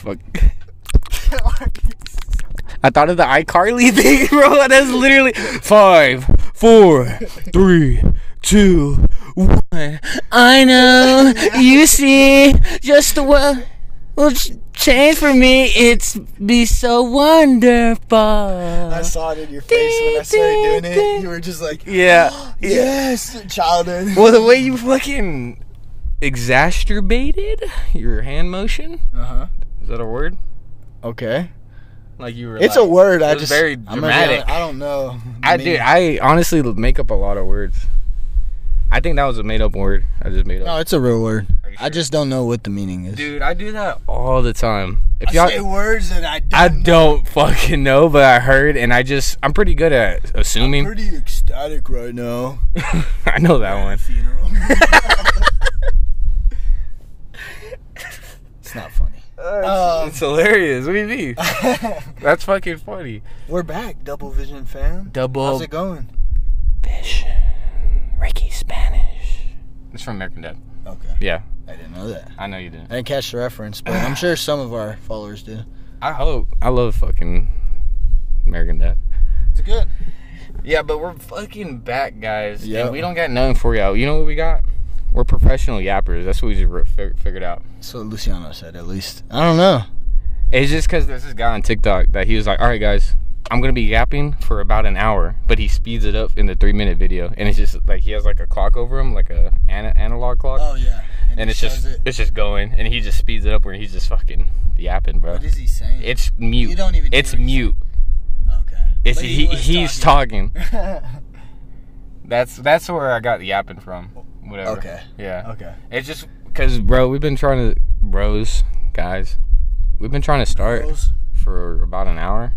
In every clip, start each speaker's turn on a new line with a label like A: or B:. A: I thought of the iCarly thing, bro. That's literally five, four, three, two, one. I know you see just the one will ch- change for me. It's be so wonderful.
B: I saw it in your face when I started doing it. You were just like,
A: Yeah.
B: yes, childhood.
A: Well, the way you fucking exacerbated your hand motion
B: Uh huh.
A: is that a word?
B: Okay.
A: Like you were.
B: It's a
A: like-
B: word. I
A: It was
B: just
A: very
B: I'm gonna be
A: dramatic.
B: honest, I don't know. the
A: I did.
B: meaning.
A: I honestly make up a lot of words. I think that was a made up word. I just made up.
B: No, it's a real word.
A: Are you
B: I
A: sure?
B: just don't know what the meaning is.
A: Dude, I do that all the time. If
B: I say
A: y'all,
B: words that I don't.
A: I
B: know.
A: don't fucking know, but I heard, and I just, I'm pretty good at assuming.
B: Pretty ecstatic right now.
A: I know that one.
B: Funeral. it's not funny. Um,
A: It's hilarious. What do you mean? That's fucking funny.
B: We're back, Double Vision fam. How's
A: Double
B: it going?
A: fish, Ricky Spanish. It's from American Dad.
B: Okay.
A: Yeah,
B: I didn't know that.
A: I know you didn't.
B: I didn't catch the reference, but I'm sure some of our followers do.
A: I hope. I love fucking American Dad.
B: It's good.
A: Yeah, but we're fucking back, guys. Yeah,
B: Yep.
A: we don't got nothing for y'all. You know what we got? We're professional yappers. That's what we just re- fig- figured out.
B: So Luciano said, at least. I don't know.
A: It's just because there's this guy on TikTok that he was like, all right, guys, I'm going to be yapping for about an hour, but he speeds it up in the three minute video. And it's just like he has like a clock over him, like a ana- analog clock.
B: Oh, yeah.
A: and it's just it's just going. And he just speeds it up where he's just fucking yapping, bro.
B: is he saying?
A: It's mute.
B: You don't even
A: it's
B: hear what he's-
A: mute.
B: okay.
A: It's he, he's talking. That's that's where I got the yapping from. Whatever.
B: Okay.
A: Yeah.
B: okay.
A: It's just because, bro, we've been trying to, bros, guys, we've been trying to start for about an hour,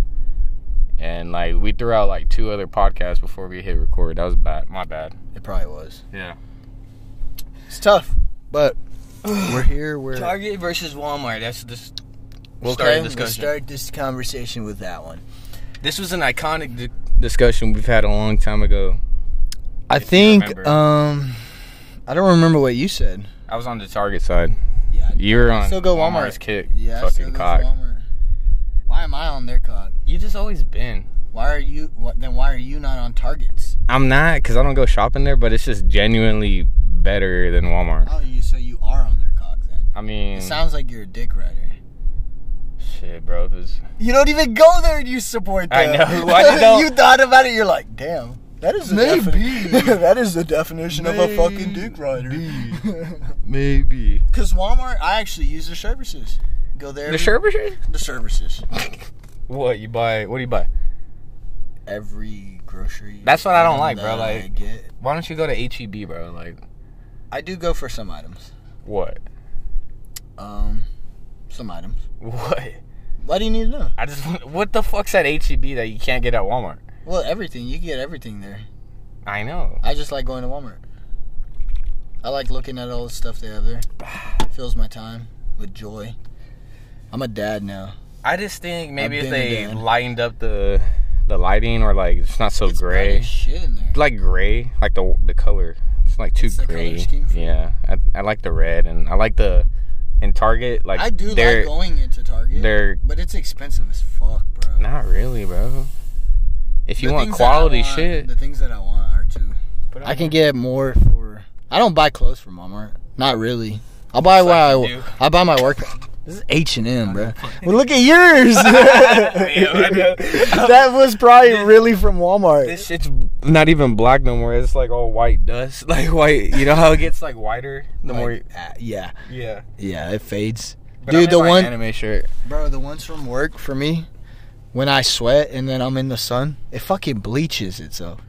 A: and like we threw out like two other podcasts before we hit record. That was bad, my bad.
B: It probably was.
A: Yeah.
B: It's tough, but we're here. We're
A: Target versus Walmart. That's this.
B: we'll start, we'll start this conversation with that one.
A: This was an iconic di- discussion we've had a long time ago.
B: I
A: If you
B: think
A: remember.
B: um, I don't remember what you said.
A: I was on the Target side.
B: Yeah,
A: You were on
B: still go
A: Walmart's
B: Walmart.
A: kick.
B: yeah, I still
A: fucking
B: go
A: cock.
B: Walmart. Why am I on their cock?
A: You just always been.
B: Why are you? What, then why are you not on Targets?
A: I'm not because I don't go shopping there, but it's just genuinely better than Walmart.
B: Oh, you so you are on their cock then?
A: I mean,
B: It sounds like you're a dick rider.
A: shit, bro. If it's
B: You don't even go there and you support
A: I
B: them.
A: know. Why you don't-
B: you thought about it. You're like, damn. That is the
A: Maybe.
B: defini- that is the definition of a fucking dick rider.
A: Maybe.
B: Because Walmart, I actually use their services. Go there.
A: The Sherbishers?
B: The services.
A: What you buy? What do you buy?
B: Every grocery.
A: That's what I don't like,
B: that
A: bro,
B: I
A: like-
B: get.
A: Why don't you go to HEB, bro? Like
B: I do go for some items.
A: what?
B: Um, some items.
A: What?
B: Why do you need to know?
A: I just want- what the fuck's at HEB that you can't get at Walmart?
B: Well, everything. You can get everything there.
A: I know.
B: I just like going to Walmart. I like looking at all the stuff they have there. fills my time with joy. I'm a dad now.
A: I just think maybe
B: I've
A: if
B: been
A: they
B: there.
A: lightened up the the lighting or like it's not so
B: It's bright
A: gray.
B: as shit in there.
A: like gray, like the the color. It's like too
B: It's the color
A: gray.
B: scheme for you.
A: yeah, I, I like the red and I like the in Target like
B: I do
A: they're
B: like going into Target.
A: they're
B: But it's expensive as fuck, bro.
A: not really, bro. If you
B: The
A: want
B: things that I
A: quality
B: want-
A: shit,
B: The things that I want are too.
A: put it
B: I
A: on
B: can get more for. I don't buy clothes from Walmart. Not really. I buy what I,
A: you do.
B: I buy my work. This is H and M, bro. Well, look at yours.
A: I know.
B: that was probably really from Walmart.
A: This shit's not even black no more. It's like all white dust, like white. You know how it gets like whiter the
B: Like,
A: more. You,
B: uh, yeah,
A: yeah,
B: yeah, it fades.
A: But I'm
B: Dude,
A: in
B: the
A: my
B: one,
A: anime shirt.
B: bro, the ones from work for me, when I sweat and then I'm in the sun, it fucking bleaches itself.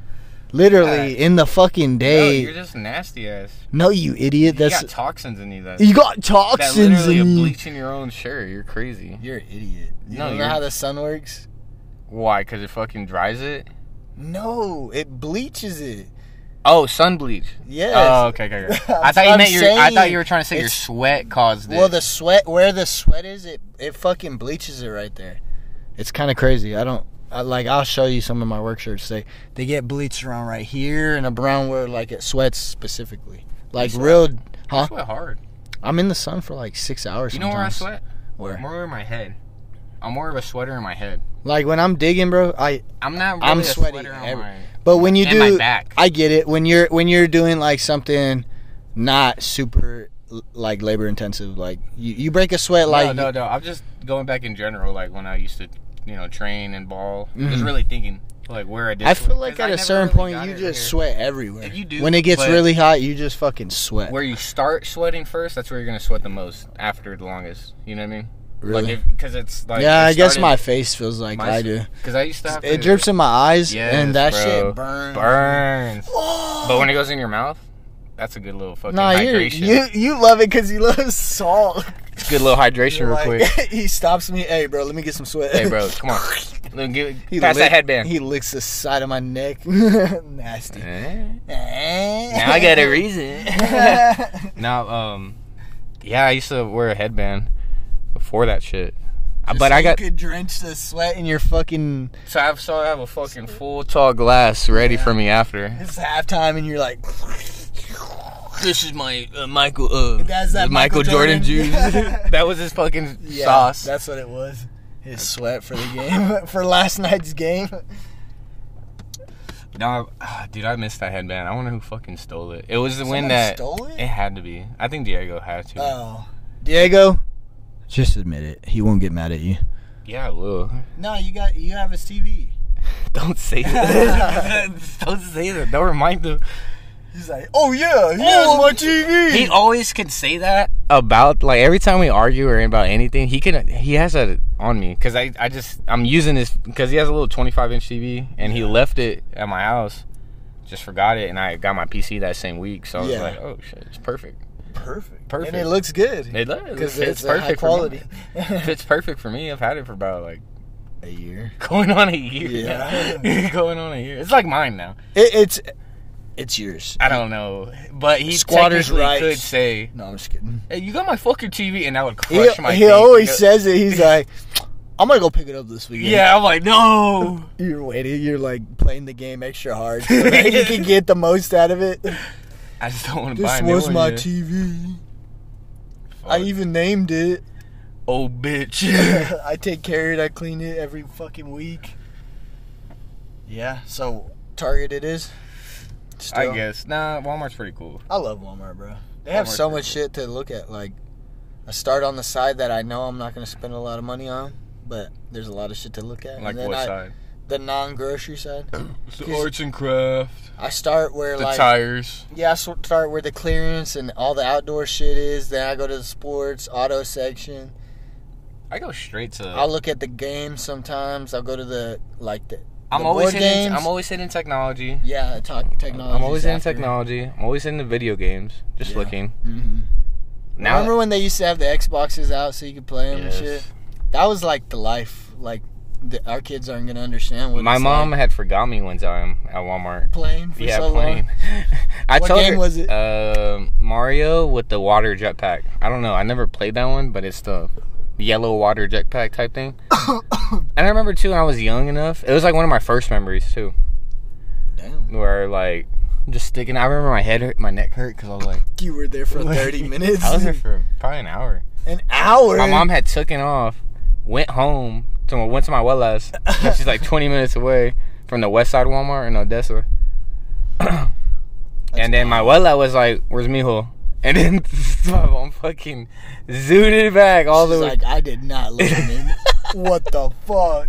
B: Literally in the fucking
A: No,
B: day.
A: you're just nasty ass.
B: no, you idiot.
A: You
B: That's
A: got toxins in you. That,
B: you got
A: that
B: toxins
A: literally
B: in you.
A: bleaching your own shirt. You're crazy.
B: You're an idiot. You
A: No,
B: don't know
A: you're-
B: how the sun works?
A: Why? Because it fucking dries it.
B: No, it bleaches it.
A: Oh, sun bleach.
B: Yes.
A: Oh, okay, okay. okay. I
B: That's
A: thought you
B: what
A: meant
B: I'm
A: your. I thought
B: saying.
A: you were trying to say your
B: It's-
A: sweat caused it.
B: well, the sweat where the sweat is, it it fucking bleaches it right there. It's kind of crazy. I don't I, like. I'll show you some of my work shirts. They they get bleached around right here and around where like it sweats specifically. Like
A: You sweat?
B: real,
A: I
B: huh?
A: sweat hard.
B: I'm in the sun for like six hours.
A: You know where I
B: sometimes.
A: sweat?
B: Where?
A: More in my head. I'm more of a sweater in my head.
B: Like when I'm digging, bro, I
A: I'm not really
B: I'm
A: a
B: sweaty
A: sweater on
B: every-
A: my
B: But when you
A: And
B: do,
A: my back.
B: I get it. When you're when you're doing like something not super l- like labor intensive, like you, you break a sweat like
A: no, no, no. I'm just going back in general, like when I used to, you know, train and ball. Just
B: Mhm.
A: really thinking, like where I did.
B: I feel
A: sweat,
B: like
A: 'cause
B: at
A: I
B: a
A: never
B: certain
A: really
B: point
A: got
B: you
A: it
B: just
A: where-
B: sweat everywhere.
A: You do,
B: when it gets
A: but-
B: really hot, you just fucking sweat.
A: Where you start sweating first, that's where you're gonna sweat the most after the longest. You know what I mean?
B: Really?
A: Like because it's like
B: yeah, I guess my face feels like I do.
A: Because I used to have
B: It
A: to-
B: drips in my eyes,
A: Yes,
B: and that
A: bro.
B: shit burns.
A: burns. but when it goes in your mouth, that's a good little fucking
B: Nah, you
A: hydration.
B: you you love it because you love salt.
A: It's a good little hydration, real
B: Like,
A: quick.
B: he stops me. Hey, bro, let me get some sweat.
A: hey, bro, come on. Look, give,
B: He
A: pass
B: lick-
A: that headband.
B: He licks the side of my neck. Nasty.
A: Eh?
B: now
A: now I got a reason. now, um, yeah, I used to wear a headband before that shit. Uh, but I got
B: You could drench the sweat in your fucking.
A: so I have so I have a fucking full tall glass ready for me after.
B: It's halftime, and you're like.
A: This is my uh, Michael uh,
B: That's that Michael Jordan.
A: juice. that was his fucking
B: Yeah,
A: sauce.
B: That's what it was. His sweat for the game, for last night's game.
A: No, ah, dude, I missed that headband. I wonder who fucking stole it. It was the
B: Someone
A: win that
B: stole it?
A: it Uh. had to be. I think Diego had to.
B: Oh, Diego, just admit it. He won't get mad at you.
A: yeah, I will.
B: No, you got you have his TV.
A: Don't say that. Don't say that. Don't remind them.
B: He's like, oh yeah, he has my TV.
A: he always can say that about like every time we argue or about anything he can he has that on me because I, I just i'm using this because he has a little 25 inch tv and he left it at my house just forgot it and i got my pc that same week so i was
B: Yeah.
A: like oh shit it's perfect
B: perfect.
A: Perfect.
B: And it looks good.
A: it, lo- it
B: Because
A: fits
B: it's, a
A: perfect
B: high quality.
A: for me. fits perfect for me i've had it for about like
B: a year.
A: going on a year
B: Yeah.
A: going on a year it's like mine now
B: It, it's it's yours.
A: i don't know but he
B: Squatter's
A: technically
B: rights.
A: could say
B: No, I'm just kidding.
A: hey you got my fucking tv and i would
B: He,
A: crush my
B: he
A: face.
B: always
A: Go-
B: says it. He's like, I'm gonna go pick it up this weekend.
A: Yeah, I'm like, no.
B: You're waiting. You're like playing the game extra hard. So that you can get the most out of it.
A: I just don't want to buy
B: This
A: a new
B: was
A: one
B: my
A: yet.
B: TV.
A: Fuck.
B: I even named it.
A: oh, bitch.
B: I take care of it. I clean it every fucking week. Yeah. So Target it is.
A: I
B: Still.
A: guess. Nah, Walmart's pretty cool.
B: I love Walmart, bro. They have
A: Walmart's
B: so
A: pretty
B: much shit to look at. Like, I start on the side that I know I'm not going to spend a lot of money on, but there's a lot of shit to look at.
A: Like
B: And then
A: what
B: I-
A: side?
B: The non-grocery side.
A: The arts and craft,
B: I start where
A: the
B: like
A: tires.
B: yeah, I s- start where the clearance and all the outdoor shit is. Then I go to the sports auto section.
A: I go straight to.
B: I'll look at the games sometimes. I'll go to the like the
A: I'm
B: the
A: always
B: board
A: hitting.
B: games.
A: I'm always hitting technology.
B: yeah talk, technology.
A: I'm always in technology. I'm always in the video games. Just
B: Yeah.
A: looking.
B: hmm
A: Now,
B: Remember when they used to have the Xboxes out so you could play them
A: Yes.
B: and shit? That was like the life. Like the, our kids aren't gonna understand what
A: my
B: it's
A: mom
B: like
A: had forgot me one time at Walmart.
B: playing for
A: yeah,
B: so
A: playing.
B: long.
A: I
B: What
A: told
B: game
A: her,
B: was it?
A: Um, Mario with the water jetpack. I don't know. I never played that one, but it's the yellow water jetpack type thing. and I remember too when I was young enough. It was like one of my first memories too,
B: Damn,
A: where like just sticking. I remember my head hurt, my neck hurt because I was like,
B: you were there for thirty minutes.
A: I was there for probably an hour.
B: an hour.
A: My mom had taken off, went home to went to my Wellas, which is like 20 minutes away from the West Side Walmart in Odessa. and then my Wella was like, "Where's Mijo?" And then my mom fucking zooted back all
B: She's
A: the way.
B: like, I did not listen. what the fuck?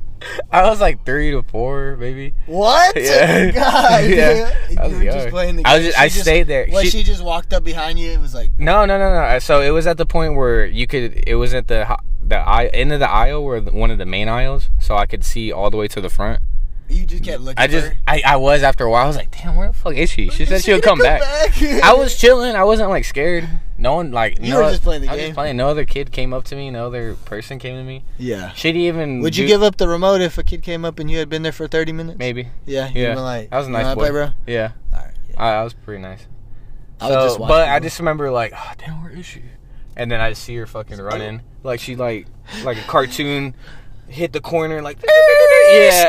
A: I was like three to four, maybe.
B: What?
A: Yeah.
B: God,
A: Yeah.
B: You
A: I was
B: were just
A: young.
B: playing the game.
A: I was just-
B: She
A: I stayed there.
B: What, she,
A: She-
B: just walked up behind you and was like,
A: No, no, no, no. So it was at the point where you could. It was at the ho- the aisle, end of the aisle where the- one of the main aisles, so I could see all the way to the front.
B: you just kept looking
A: I just,
B: for her.
A: I, I was after a while. I was like, damn, where the fuck is she? She said she would
B: gonna
A: come back. I was chilling. I wasn't like scared. No one like
B: You
A: no,
B: were just playing the
A: I was
B: game.
A: just playing. No other kid came up to me. No other person came to me.
B: Yeah.
A: She didn't even.
B: Would you
A: do-
B: give up the remote if a kid came up and you had been there for 30 minutes?
A: Maybe.
B: Yeah. you'd
A: Yeah.
B: been like,
A: That was a nice
B: "Nah,
A: boy.
B: play, bro.
A: Yeah.
B: Alright, yeah.
A: I, I was pretty nice.
B: I would
A: So,
B: just watch
A: but I
B: people.
A: just remember like, oh, damn, where is she? And then I just see her fucking running, like she like like a cartoon, hit the corner like yeah,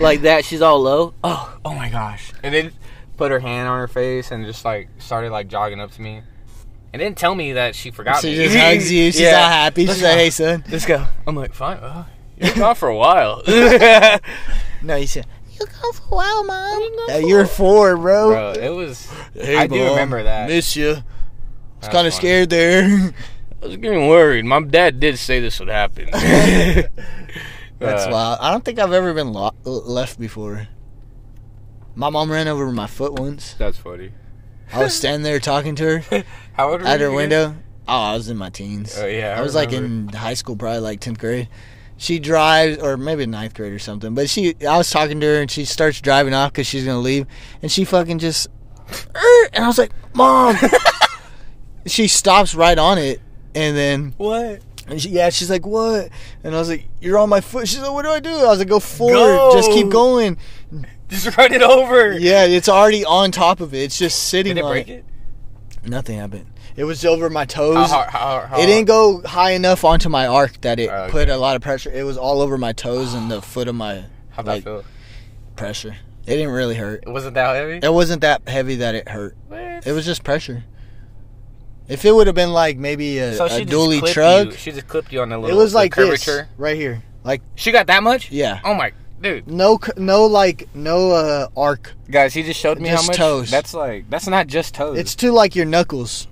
A: like that. She's all low. Oh, oh my gosh! And then put her hand on her face and just like started like jogging up to me, and didn't tell me that she forgot
B: She
A: me.
B: just hugs you. She's all happy. She's
A: Let's
B: like,
A: go.
B: hey, son.
A: Let's go. I'm like, fine. Uh,
C: You're gone for a while. Bro,
B: No, you said you go for a while, mom. Uh, you're four, bro.
A: Bro, it was. I do remember that.
B: Miss you. It's
A: That's
B: kind
A: funny.
B: of scared there.
C: I was getting worried. My dad did say this would happen.
B: That's
C: Uh,
B: wild. I don't think I've ever been lo- left before. My mom ran over my foot once.
A: That's funny.
B: I was standing there talking to her
A: How old were
B: at her
A: you again?
B: window. Oh, I was in my teens.
A: Oh, yeah, I
B: I, was like in
A: remember.
B: high school, probably like tenth grade. She drives, or maybe ninth grade or something. But she, I was talking to her, and she starts driving off because she's gonna leave, and she fucking just, "Er," and I was like, "Mom!" she stops right on it, and then
A: What?
B: and she, yeah, she's like, "What?" And I was like, "You're on my foot." She's like, "What do I do?" I was like, "Go forward, just keep
A: Go.
B: going."
A: Just run it over.
B: Yeah, it's already on top of it. It's just sitting.
A: Did it
B: on
A: break it? Oh,
B: Nothing happened. It was over my toes.
A: How hard? How hard? How
B: It didn't go high enough onto my arc that it
A: Oh, okay.
B: put a lot of pressure. It was all over my toes and the foot of my
A: How
B: like-
A: feel?
B: pressure. It didn't really hurt.
A: It wasn't that heavy.
B: It wasn't that heavy that it hurt.
A: What?
B: It was just pressure. If it would have been like maybe a,
A: so
B: a
A: she just
B: dually
A: clipped
B: truck,
A: You. She just clipped you on the
B: it
A: little.
B: was
A: the
B: like this
A: curvature.
B: right here. Like
A: She got that much?
B: yeah,
A: Oh my, dude,
B: no, cur- no, like no uh, arc.
A: guys, he just showed me
B: Just
A: how much.
B: toes.
A: That's like that's not just toes.
B: It's to like your knuckles.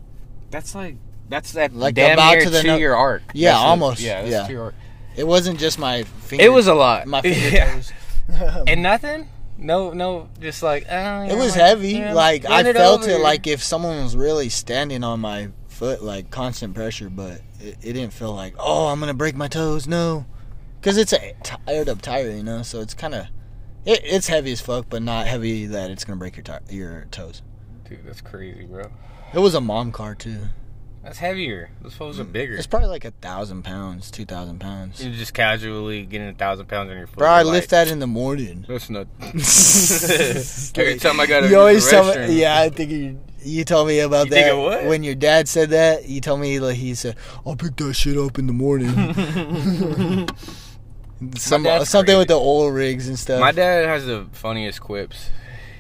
A: that's like that's that
B: Like
A: damn
B: about
A: near
B: to the
A: to
B: no-
A: your arc.
B: Yeah,
A: That's a-
B: almost.
A: yeah, that's
B: Yeah.
A: to your arc.
B: It wasn't just my finger.
C: it was a lot.
B: my finger
A: Yeah.
B: toes.
A: And nothing. No, no, just like oh, yeah,
B: It was
A: like,
B: heavy.
A: yeah,
B: like
A: run
B: I felt
A: over.
B: it like if someone was really standing on my foot, like constant pressure. But it, it didn't feel like oh I'm gonna break my toes. No, because it's a tired up tire, you know. So it's kind of it, it's heavy as fuck, but not heavy that it's gonna break your tire, your toes.
A: Dude, that's crazy, bro.
B: It was a mom car too.
A: That's heavier. Those foes are bigger.
B: Mm. It's probably like a thousand pounds, two thousand pounds.
A: You just casually getting a thousand pounds on your foot.
B: Bro, I
A: you're
B: lift
A: like,
B: that in the morning.
A: That's not. Every
B: Every
A: time I gotta use
B: you always
A: the
B: tell
A: restroom.
B: me. Yeah, I think you. You told me about
A: You think
B: that
A: of what?
B: when your dad said that. You told me like he said, "I'll pick that shit up in the morning." Some,
A: My dad's
B: something
A: crazy.
B: with the oil rigs and stuff.
A: My dad has the funniest quips.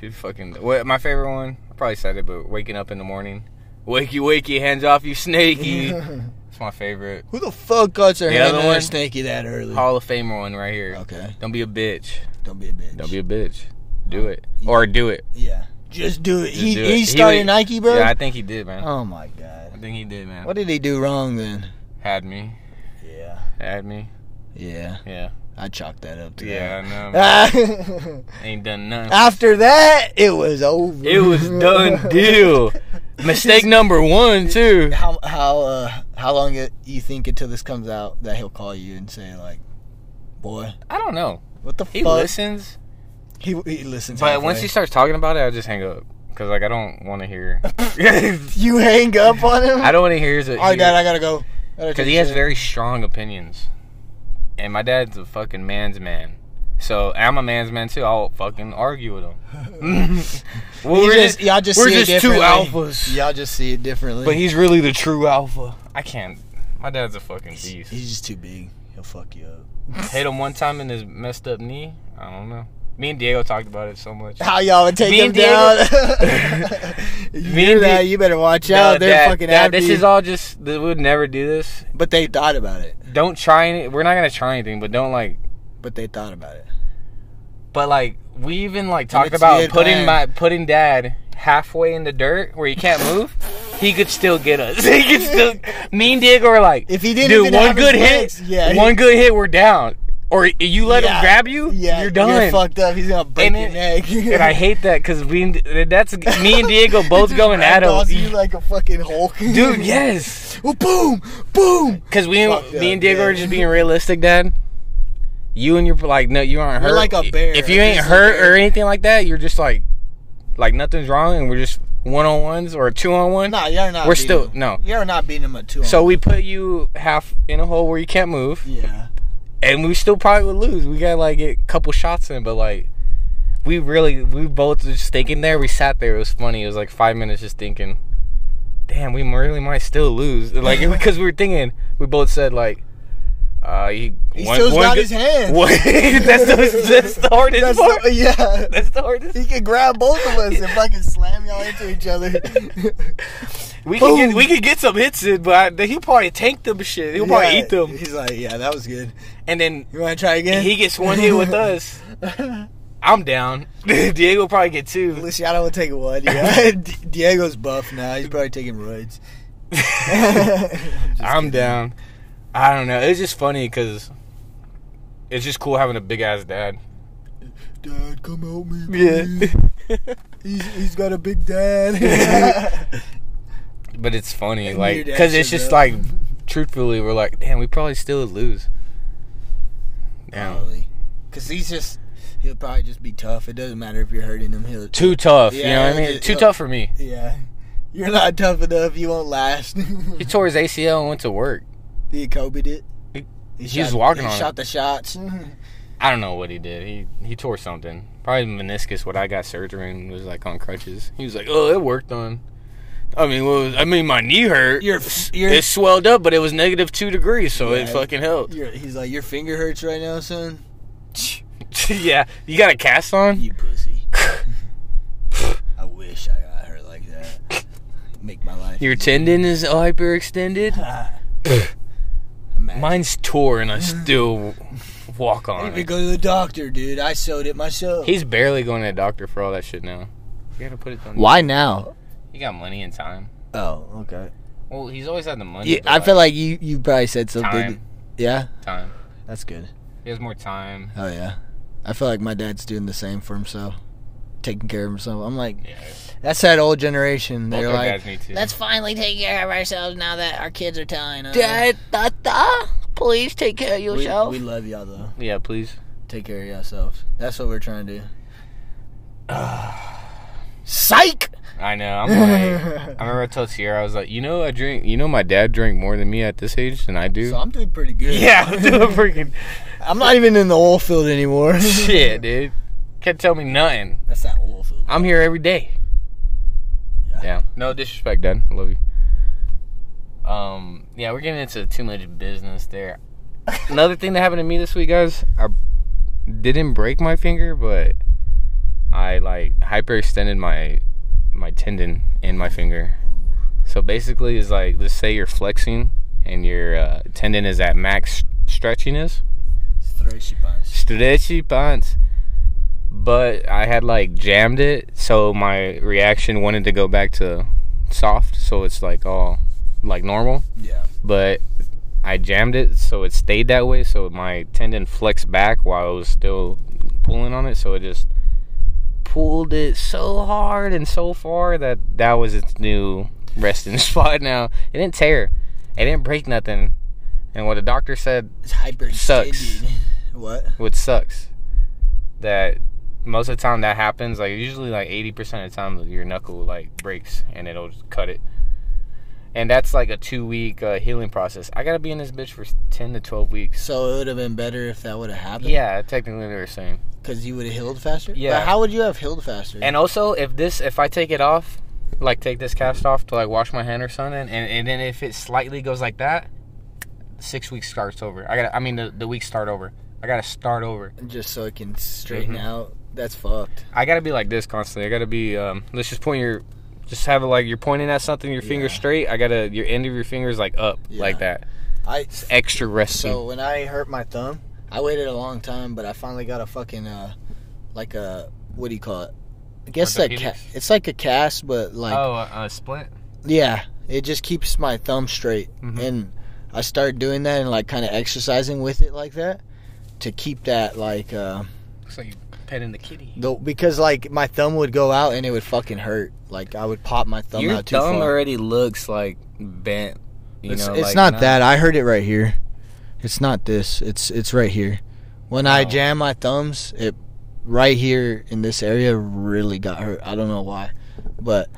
A: He fucking what my favorite one. I probably said it, but waking up in the morning, wakey wakey, hands off you snaky. It's my favorite
B: Who the fuck cuts their
A: The
B: hand
A: other
B: on
A: one?
B: a snaky that early?
A: Hall of Famer one right here.
B: Okay,
A: Don't be a bitch.
B: don't be a bitch. Uh,
A: Don't be a bitch. Do it or do it.
B: yeah, just do it.
A: Just
B: he
A: do it.
B: he
A: He
B: started
A: would-
B: Nike, bro.
A: Yeah, I think he did, man.
B: oh my
A: I
B: god,
A: think he did, man.
B: what did he do wrong then?
A: Had me.
B: Yeah,
A: Had me.
B: yeah,
A: Yeah.
B: I chalked that up to
A: Yeah, I know. man.
B: that.
A: Ain't done nothing.
B: After that, it was over.
C: It was done deal.
B: Ah.
C: Mistake number one too.
B: How how uh, how long it, you think until this comes out that he'll call you and say like, "Boy,
A: I don't know.
B: what the
A: He
B: fuck?"
A: listens,
B: He he listens.
A: but once he
B: halfway.
A: starts talking about it, I just hang up because like I don't want to hear.
B: you hang up on him.
A: I don't want to hear his.
B: All right, Dad, Oh, I gotta go. Gotta
A: Because
B: take
A: he
B: a
A: has
B: shit.
A: very strong opinions. And my dad's a fucking man's man. So I'm a man's man too. I'll fucking argue with him. well,
B: You
A: we're
B: just,
A: just,
B: y'all just
C: we're
B: see it
C: just two
B: differently.
C: alphas.
B: Y'all just see it differently.
C: But he's really the true alpha.
A: I can't. My dad's a fucking beast.
B: he's just too big. He'll fuck you up.
A: Hit him one time in his messed up knee. I don't know. Me and Diego talked about it so much.
B: How y'all would take
A: Me
B: him
A: and Diego-
B: down? you
A: Me
B: hear
A: and
B: that?
A: Di-
B: You better watch
A: Dad,
B: out. They're
A: Dad,
B: fucking
A: Dad,
B: after
A: This
B: you.
A: is all just. th- We would never do this.
B: But they thought about it.
A: Don't try. Any, we're not gonna try anything. But don't like.
B: But they thought about it.
A: But like we even like
B: it's
A: talked
B: the
A: about
B: end
A: putting
B: plan.
A: my putting dad halfway in the dirt where he can't move. He could still get us. He could still. Me and Diego are like,
B: If he didn't
A: dude,
B: even
A: one
B: have
A: good
B: his
A: hit,
B: legs, yeah, he-
A: one good hit, we're down. Or y- you let him
B: Yeah,
A: grab you,
B: Yeah,
A: you're done.
B: You're fucked up. He's gonna break
A: And
B: your
A: it-
B: neck.
A: and I hate that because we and- that's me and Diego both going at
B: Ragdolls You
A: him.
B: like a fucking Hulk,
A: Dude, yes.
B: Well, boom, boom.
A: Because we,
B: Fuck
A: me and
B: yeah,
A: Diego are
B: dude.
A: just being realistic, Dad. You and your like, no, you aren't
B: We're
A: hurt.
B: like a bear,
A: If you
B: a
A: ain't
B: grizzly
A: hurt
B: bear.
A: or anything like that, you're just like, like nothing's wrong, and we're just one on ones or two on one.
B: Nah, you're not.
A: We're
B: beating
A: still-
B: him.
A: no.
B: You're not beating him at two.
A: So we put you half in a hole where you can't move,
B: yeah,
A: and we still probably would lose. We got like a couple shots in, but like, we really, we both were just thinking there. We sat there. It was funny. It was like five minutes just thinking. Damn, we really might still lose. Like because we were thinking, we both said like, Uh, he
B: He still's got his hands.
A: What? that's, the, that's the hardest
B: That's
A: part.
B: the- yeah.
A: that's the hardest.
B: He could grab both of us and fucking slam y'all into each other.
A: We can
B: Boom.
A: get we can get some hits in, but I, he'll probably tank them shit. He'll probably
B: Yeah.
A: eat them,
B: He's like, yeah, that was good.
A: and then
B: You want to try again?
A: he gets one hit with us. I'm down. Diego probably get two.
B: Luciano will take one. Yeah. D- Diego's buff now. He's probably taking roids. Just
A: I'm
B: kidding.
A: down. I don't know. It's just funny because it's just cool having a big ass dad.
B: Dad, come help me.
A: Yeah.
B: please. he's, he's got a big dad.
A: but it's funny,
B: And
A: like,
B: your dad
A: because it's
B: shows
A: just
B: up.
A: like, truthfully, we're like, damn, we probably still would lose. Damn.
B: Probably. Because he's just, he'll probably just be tough. It doesn't matter if you're hurting him. He'll.
A: Too tough, you know
B: Yeah,
A: what I mean?
B: it-
A: Too
B: it-
A: tough for me.
B: Yeah. You're not tough enough. You won't last.
A: He tore his ACL and went to work.
B: he Kobe did.
A: He-
B: shot,
A: was walking
B: he
A: on Mm-hmm.
B: shot the shots.
A: I don't know what he did. He he tore something. Probably meniscus. What I got surgery and was like on crutches. He was like, oh, it worked on. I mean, what was, I mean, my knee hurt.
B: Your- your-
A: it swelled up, but it was negative two degrees, so it
B: Yeah.
A: fucking helped.
B: Your- he's like, your finger hurts right now, son.
A: yeah, you got a cast on.
B: You pussy. I wish I got hurt like that. Make my life.
A: Your
B: easier.
A: tendon is hyperextended.
B: Ah. Imagine.
A: Mine's tore, and I still walk
B: I
A: on.
B: need to
A: It.
B: go to the doctor, dude. I sewed it myself.
A: He's barely going to the doctor for all that shit now. You gotta put it on.
B: Why now?
A: He got money and time.
B: Oh, okay.
A: Well, he's always had the money.
B: Yeah,
A: but,
B: I feel like you you probably said something.
A: Time.
B: Yeah,
A: time.
B: that's good.
A: He has more time.
B: Oh yeah, I feel like my dad's doing the same for himself, taking care of himself. I'm like,
A: Yeah,
B: that's that old generation. They're
A: both our
B: like,
A: guys need to.
D: Let's finally take care of ourselves now that our kids are telling us.
C: Tata, please take care of
B: we, we love y'all though.
A: yeah, please.
B: Take care of yourselves. That's what we're trying to do. Psych.
A: I know. I'm like, I remember I told Sierra, I was like, you know, I drink. You know, my dad drank more than me at this age than I do.
B: so I'm doing pretty good.
A: yeah, I'm doing freaking
B: I'm not even in the oil field anymore.
A: shit, dude. Can't tell me nothing.
B: That's that oil field.
A: I'm here every day.
B: Yeah.
A: Yeah. No disrespect, Dad. I love you. Um. Yeah, we're getting into too much business there. Another thing that happened to me this week, guys. I didn't break my finger, but I like hyperextended my my tendon in my finger. So basically, it's like let's say you're flexing and your uh, tendon is at max stretchiness,
B: Thrashy bunch.
A: stretchy pants. But I had like jammed it, so my reaction wanted to go back to soft, so it's like all like normal.
B: Yeah.
A: But I jammed it, so it stayed that way. So my tendon flexed back while I was still pulling on it, so it just pulled it so hard and so far that that was its new resting spot. Now it didn't tear, it didn't break nothing, and what the doctor said
B: It's hyper
A: Sucks.
B: What?
A: which sucks. That most of the time that happens, like usually like eighty percent of the time your knuckle like breaks and it'll just cut it. And that's like a two week uh, healing process. I gotta be in this bitch for ten to twelve weeks.
B: So it would have been better if that would have happened.
A: Yeah, technically they were saying.
B: Because you would have healed faster?
A: Yeah.
B: But how would you have healed faster?
A: And also, if this, if I take it off, like take this cast off to like wash my hand or something, and, and then if it slightly goes like that, six weeks starts over. I gotta, I mean, the, the weeks start over. I gotta start over.
B: Just so it can straighten
A: Mhm.
B: out. That's fucked.
A: I gotta be like this constantly. I gotta be. Um, let's just point your, just have it like you're pointing at something. Your finger
B: Yeah.
A: straight. I gotta. Your end of your fingers like up
B: Yeah.
A: like that.
B: I
A: Extra resting.
B: So when I hurt my thumb, I waited a long time, but I finally got a fucking, uh, like a, what do you call it? I guess that ca-
A: Orthopedics?
B: it's like a cast, but like,
A: oh, a uh, split.
B: yeah, it just keeps my thumb straight.
A: Mhm.
B: And I started doing that and like kind of exercising with it like that to keep that like, uh,
A: Looks like you petting the kitty.
B: the, because like my thumb would go out and it would fucking hurt. Like I would pop my thumb
A: your
B: out too
A: thumb
B: far.
A: already looks like bent. You
B: it's
A: know,
B: it's
A: like,
B: not that. I heard it right here. It's not this. It's it's right here. When I
A: Oh.
B: jam my thumbs, it right here in this area really got hurt. I don't know why, but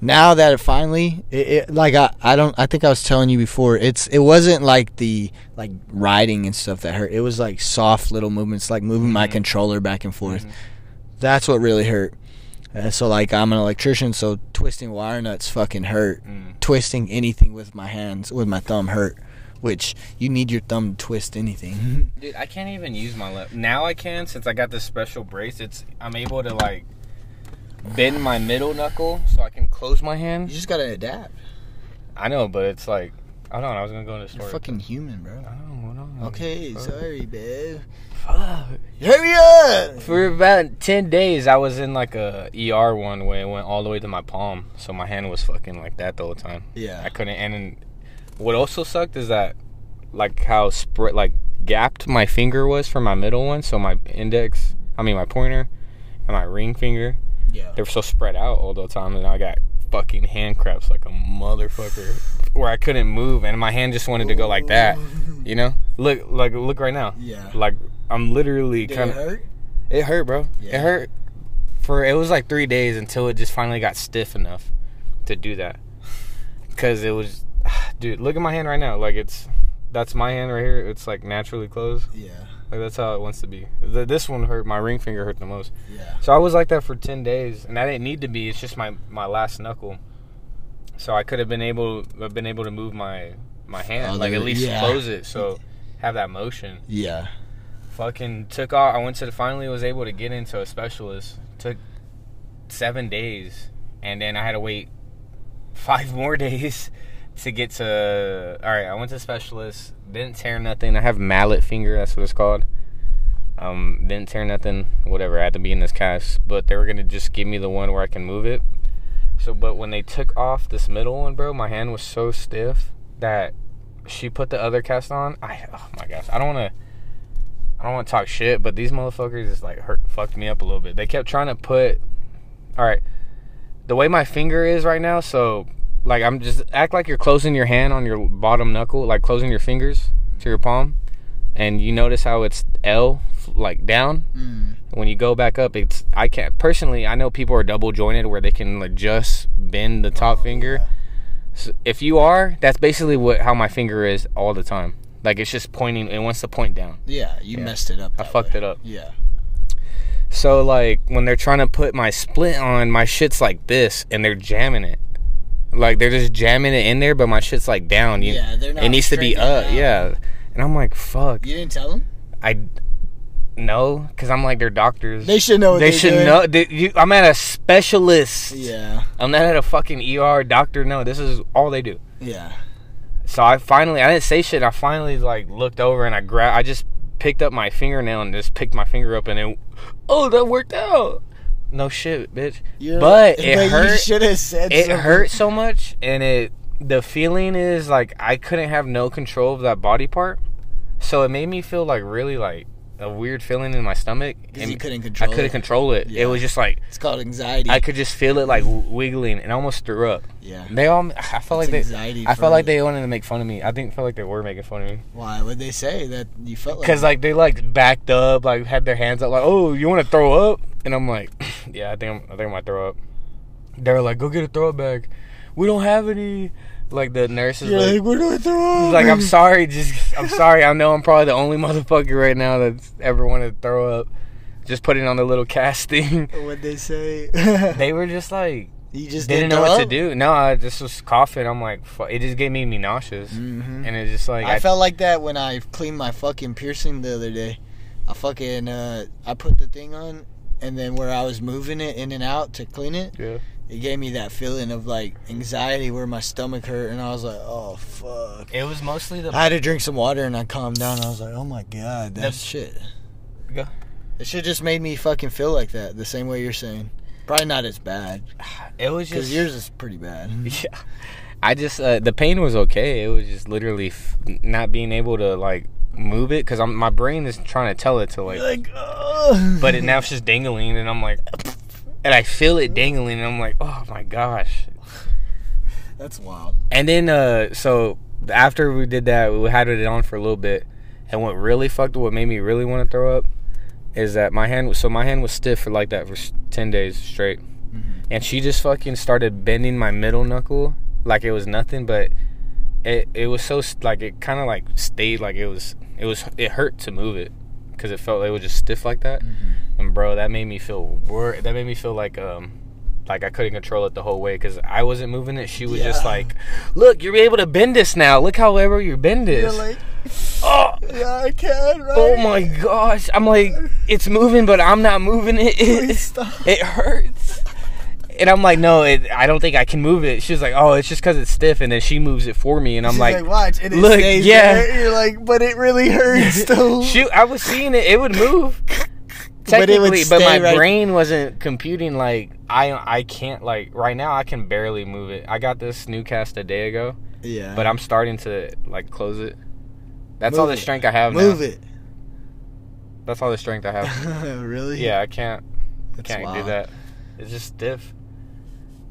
B: now that it finally, it, it like I I don't I think I was telling you before. It's it wasn't like the like riding and stuff that hurt. It was like soft little movements, like moving my
A: Mhm.
B: controller back and forth.
A: Mm-hmm.
B: That's what really hurt. Uh, so like I'm an electrician, so twisting wire nuts fucking hurt
A: Mm.
B: twisting anything with my hands with my thumb hurt which you need your thumb to twist anything.
A: Dude, I can't even use my left. Now I can since I got this special brace. It's I'm able to like bend my middle knuckle so I can close my
B: You
A: hand.
B: just gotta adapt.
A: I know, but it's like I don't know. I was gonna go into the
B: You're
A: store.
B: fucking human, bro.
A: I don't know. hold on.
B: Okay,
A: Fuck.
B: sorry, babe.
A: Fuck.
B: Hurry up!
A: For about ten days, I was in like a ER one way. It went all the way to my palm, so my hand was fucking like that the whole time. I
B: Yeah.
A: couldn't. And then what also sucked is that, like, how spread, like, gapped my finger was for my middle one. So my index, I mean, my pointer and my ring finger,
B: Yeah.
A: they were so spread out all the time. And I got fucking hand cramps like a motherfucker where I couldn't move. And my hand just wanted to go like that, you know? Look, like, look right now.
B: Yeah.
A: Like, I'm literally
B: Did it
A: kind of.
B: hurt?
A: It hurt, bro.
B: Yeah.
A: It hurt for it was like three days until it just finally got stiff enough to do that. Cause it was, dude. Look at my hand right now. Like it's that's my hand right here. It's like naturally closed.
B: Yeah.
A: Like that's how it wants to be. The, this one hurt. My ring finger hurt the most.
B: Yeah.
A: So I was like that for ten days, and I didn't need to be. It's just my my last knuckle. So I could have been able I've been able to move my my hand like
B: Other-
A: at least
B: yeah.
A: close it. So have that motion
B: Yeah.
A: fucking took off. I went to the, finally was able to get into a specialist. Took seven days, and then I had to wait five more days to get to. All right, I went to specialist. Didn't tear nothing. I have mallet finger. That's what it's called. Um, didn't tear nothing. Whatever. I had to be in this cast, but they were gonna just give me the one where I can move it. So, but when they took off this middle one, bro, my hand was so stiff that she put the other cast on. I oh my gosh, I don't want to. I don't want to talk shit, but these motherfuckers just like hurt, fucked me up a little bit. They kept trying to put. All right, the way my finger is right now, so like I'm just act like you're closing your hand on your bottom knuckle, like closing your fingers to your palm, and you notice how it's L f- like down
B: Mm.
A: when you go back up, it's I can't personally. I know people are double jointed where they can like, just bend the top finger. So if you are, that's basically what how my finger is all the time. Like it's just pointing. It wants to point down.
B: Yeah, you messed it up.
A: I fucked it up.
B: Yeah.
A: So like when they're trying to put my splint on, my shit's like this, and they're jamming it. Like they're just jamming it in there, but my shit's like down. You,
B: Yeah, they're not
A: It needs to be
B: straightening it
A: up.
B: out.
A: Yeah. And I'm like, fuck.
B: You didn't tell them?
A: I no, because I'm like they're doctors.
B: They should know what
A: they
B: they're
A: should
B: doing.
A: know. They, you, I'm at a specialist.
B: Yeah.
A: I'm not at a fucking ER doctor. No, this is all they do.
B: Yeah.
A: So I finally, I didn't say shit. I finally like looked over and I grab. I just picked up my fingernail and just picked my finger up and it. Oh, that worked out. No shit, bitch.
B: You're-
A: but it
B: You
A: hurt.
B: should have said
A: It
B: something.
A: hurt so much, and it. The feeling is like I couldn't have no control of that body part, so it made me feel like really like a weird feeling in my stomach.
B: 'Cause you couldn't
A: I
B: control
A: couldn't
B: it.
A: control it.
B: Yeah.
A: It was just like
B: It's called anxiety.
A: I could just feel it like w- wiggling, and I almost threw up.
B: yeah.
A: They all. I felt like
B: It's anxiety
A: they. I
B: for
A: felt like
B: me.
A: they wanted to make fun of me. I think felt like they were making fun of me
B: Why would they say that you felt like
A: because like they like backed up, like had their hands up, like oh you want to throw up, and I'm like, yeah, I think I'm, I think I'm gonna throw up. They were like, go get a throw up bag. We don't have any. Like the nurses,
B: You're like,
A: like,
B: we're doing
A: was
B: throw
A: like I'm sorry, just I'm sorry. I know I'm probably the only motherfucker right now that's ever wanted to throw up. Just put it on the little casting.
B: What they say?
A: they were just like
B: you just
A: didn't
B: didn't
A: know
B: throw
A: what to
B: up?
A: do. No, I just was coughing. I'm like, fu it just gave me, me nauseous, and it's just like
B: Mm-hmm. I felt like that when I cleaned my fucking piercing the other day. I fucking uh, I put the thing on, and then where I was moving it in and out to clean it,
A: Yeah.
B: it gave me that feeling of like anxiety where my stomach hurt, and I was like, oh fuck.
A: it was mostly the
B: I had to drink some water and I calmed down. I was like, oh my god, that
A: That's-
B: shit.
A: Go.
B: It should just made me fucking feel like that, the same way you're saying. Probably not as bad,
A: it was
B: because
A: just
B: yours is pretty bad.
A: yeah. I just uh, the pain was okay. It was just literally f- not being able to like move it because I'm my brain is trying to tell it to like,
B: Like, oh.
A: but it now it's just dangling, and I'm like, and I feel it dangling, and I'm like, oh my gosh,
B: that's wild.
A: And then uh so after we did that, we had it on for a little bit. And what really fucked what made me really want to throw up is that my hand was so my hand was stiff for like that for s- 10 days straight. And she just fucking started bending my middle knuckle like it was nothing but it it was so s- like it kind of like stayed like it was it was it hurt to move it cuz it felt it was just stiff like that. And bro, that made me feel wor- that made me feel like um like I couldn't control it the whole way because I wasn't moving it. She was just like, "Look, you're able to bend this now. Look however you bend this." oh,
B: yeah, I can, right?
A: oh my gosh! I'm like, it's moving, but I'm not moving it.
B: Please
A: It,
B: stop.
A: hurts. And I'm like, no, it, I don't think I can move it. She's like, oh, it's just because it's stiff, and then she moves it for me, and I'm
B: She's
A: like,
B: like, watch, and it
A: look,
B: stays
A: yeah.
B: there. You're like, but it really hurts though.
A: Shoot, I was seeing it. It would move.
B: But it would
A: Technically, but, my
B: stay right-
A: brain wasn't computing. Like I, I can't like right now. I can barely move it. I got this new cast a day ago,
B: yeah,
A: but I'm starting to like close it. That's all
B: Uh-huh. Move
A: the
B: it.
A: strength I have.
B: move
A: now.
B: it.
A: That's all the strength I have.
B: really?
A: yeah, I can't. I
B: That's
A: can't do
B: wild.
A: that. It's just stiff.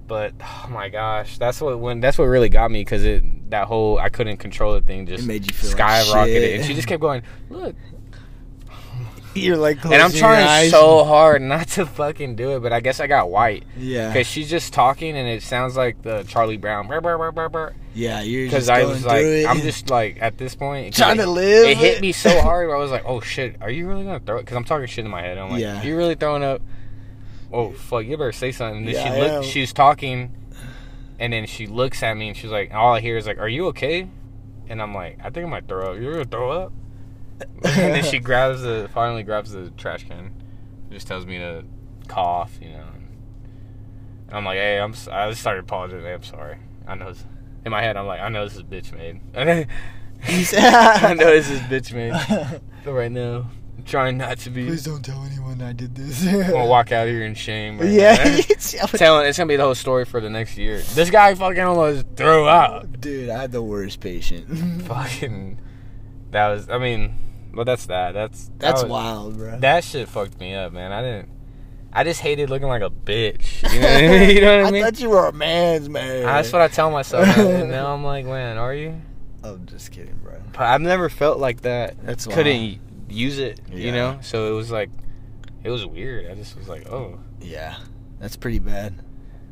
A: But oh my gosh, that's what when that's what really got me because it that whole I couldn't control it thing just
B: It made you feel like
A: skyrocketed,
B: shit.
A: and she just kept going. Look,
B: You're like,
A: and I'm
B: closing your
A: trying
B: eyes.
A: so hard not to fucking do it, but I guess I got white
B: Yeah,
A: because she's just talking and it sounds like the Charlie Brown. Because
B: yeah. You're just
A: I
B: going
A: was
B: through
A: like,
B: it.
A: I'm just like at this point 'cause
B: trying
A: it,
B: to live.
A: It hit me so hard. I was like, oh shit, are you really gonna throw it? Because I'm talking shit in my head. I'm like,
B: Yeah.
A: you really throwing up? Oh fuck, you better say something. And then
B: Yeah,
A: she
B: I
A: looked.
B: am.
A: She's talking, and then she looks at me and she's like, all I hear is like, are you okay? And I'm like, I think I might throw up. You're gonna throw up? and then she grabs the finally grabs the trash can, just tells me to cough, you know. And I'm like, hey, I'm s- I just started apologizing. I'm sorry. I know. This, in my head, I'm like, I know this is bitch made. I know this is bitch made. But right now, I'm trying not to be.
B: Please don't tell anyone I did this.
A: I'm gonna walk out here in shame. Right
B: yeah.
A: now. Telling it's gonna be the whole story for the next year. This guy fucking almost threw up.
B: Dude, I had the worst patient.
A: Fucking. That was. I mean, well, that's that. That's that
B: That's
A: was-
B: wild, bro.
A: That shit fucked me up, man. I didn't. I just hated looking like a bitch. You know what I mean? You know what I mean?
B: thought you were a man's man.
A: That's what I tell myself. now, and now I'm like, man, are you?
B: I'm just kidding, bro.
A: But I've never felt like that.
B: That's wild.
A: Couldn't use it, you
B: Yeah.
A: know. So it was like, it was weird. I just was like, oh,
B: Yeah, that's pretty bad.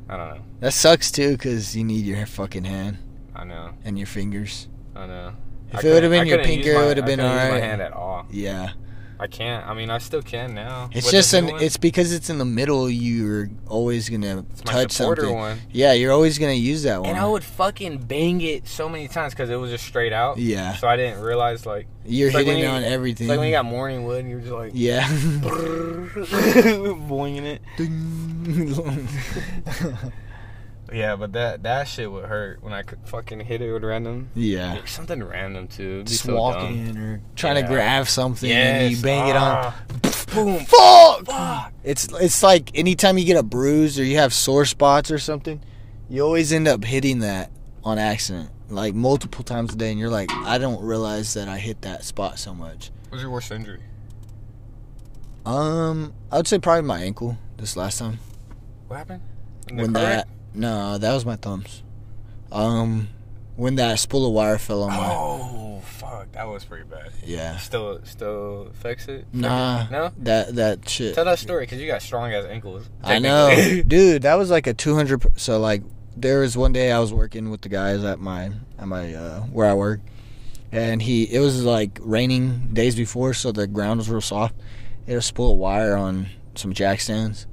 A: I don't know.
B: That sucks too, because you need your fucking hand
A: I know.
B: and your fingers.
A: I know.
B: If
A: I
B: it
A: couldn't-
B: would've been
A: I
B: your
A: couldn't
B: pinky,
A: use
B: it
A: my-
B: would've
A: I
B: been
A: couldn't use
B: alright.
A: My hand at all.
B: Yeah,
A: I can't. I mean, I still can now.
B: it's
A: With the
B: just
A: new
B: an.
A: one.
B: It's because it's in the middle. You're always gonna
A: It's my
B: touch
A: supporter
B: something.
A: one.
B: Yeah, you're always gonna use that one.
A: And I would fucking bang it so many times because it was just straight out.
B: Yeah.
A: So I didn't realize like
B: You're
A: It's like
B: hitting
A: when you-
B: on everything.
A: it's like when you got morning wood and you're just like
B: yeah.
A: boinging it.
B: Ding.
A: Yeah, but that that shit would hurt when I could fucking hit it with random.
B: yeah.
A: Something random too. It'd be
B: Just
A: so dumb.
B: walking or trying
A: Yeah.
B: to grab something and you
A: Yes,
B: bang it on.
A: ah, Boom.
B: Fuck!
A: Fuck.
B: It's it's like anytime you get a bruise or you have sore spots or something, you always end up hitting that on accident, like multiple times a day, and you're like, I don't realize that I hit that spot so much.
A: What's your worst injury?
B: Um, I would say probably my ankle this last time
A: What happened? In the
B: when
A: car
B: that
A: wreck?
B: no, that was my thumbs. Um, when that spool of wire fell on my
A: Oh fuck, that was pretty bad.
B: yeah.
A: Still, still fix it?
B: Nah,
A: No.
B: that that shit.
A: Tell that story because you got strong ass ankles.
B: I know,
A: technically.
B: dude. That was like a two hundred. per So like, there was one day I was working with the guys at my at my uh, where I work, and he it was like raining days before, so the ground was real soft. It was split wire on some jack stands,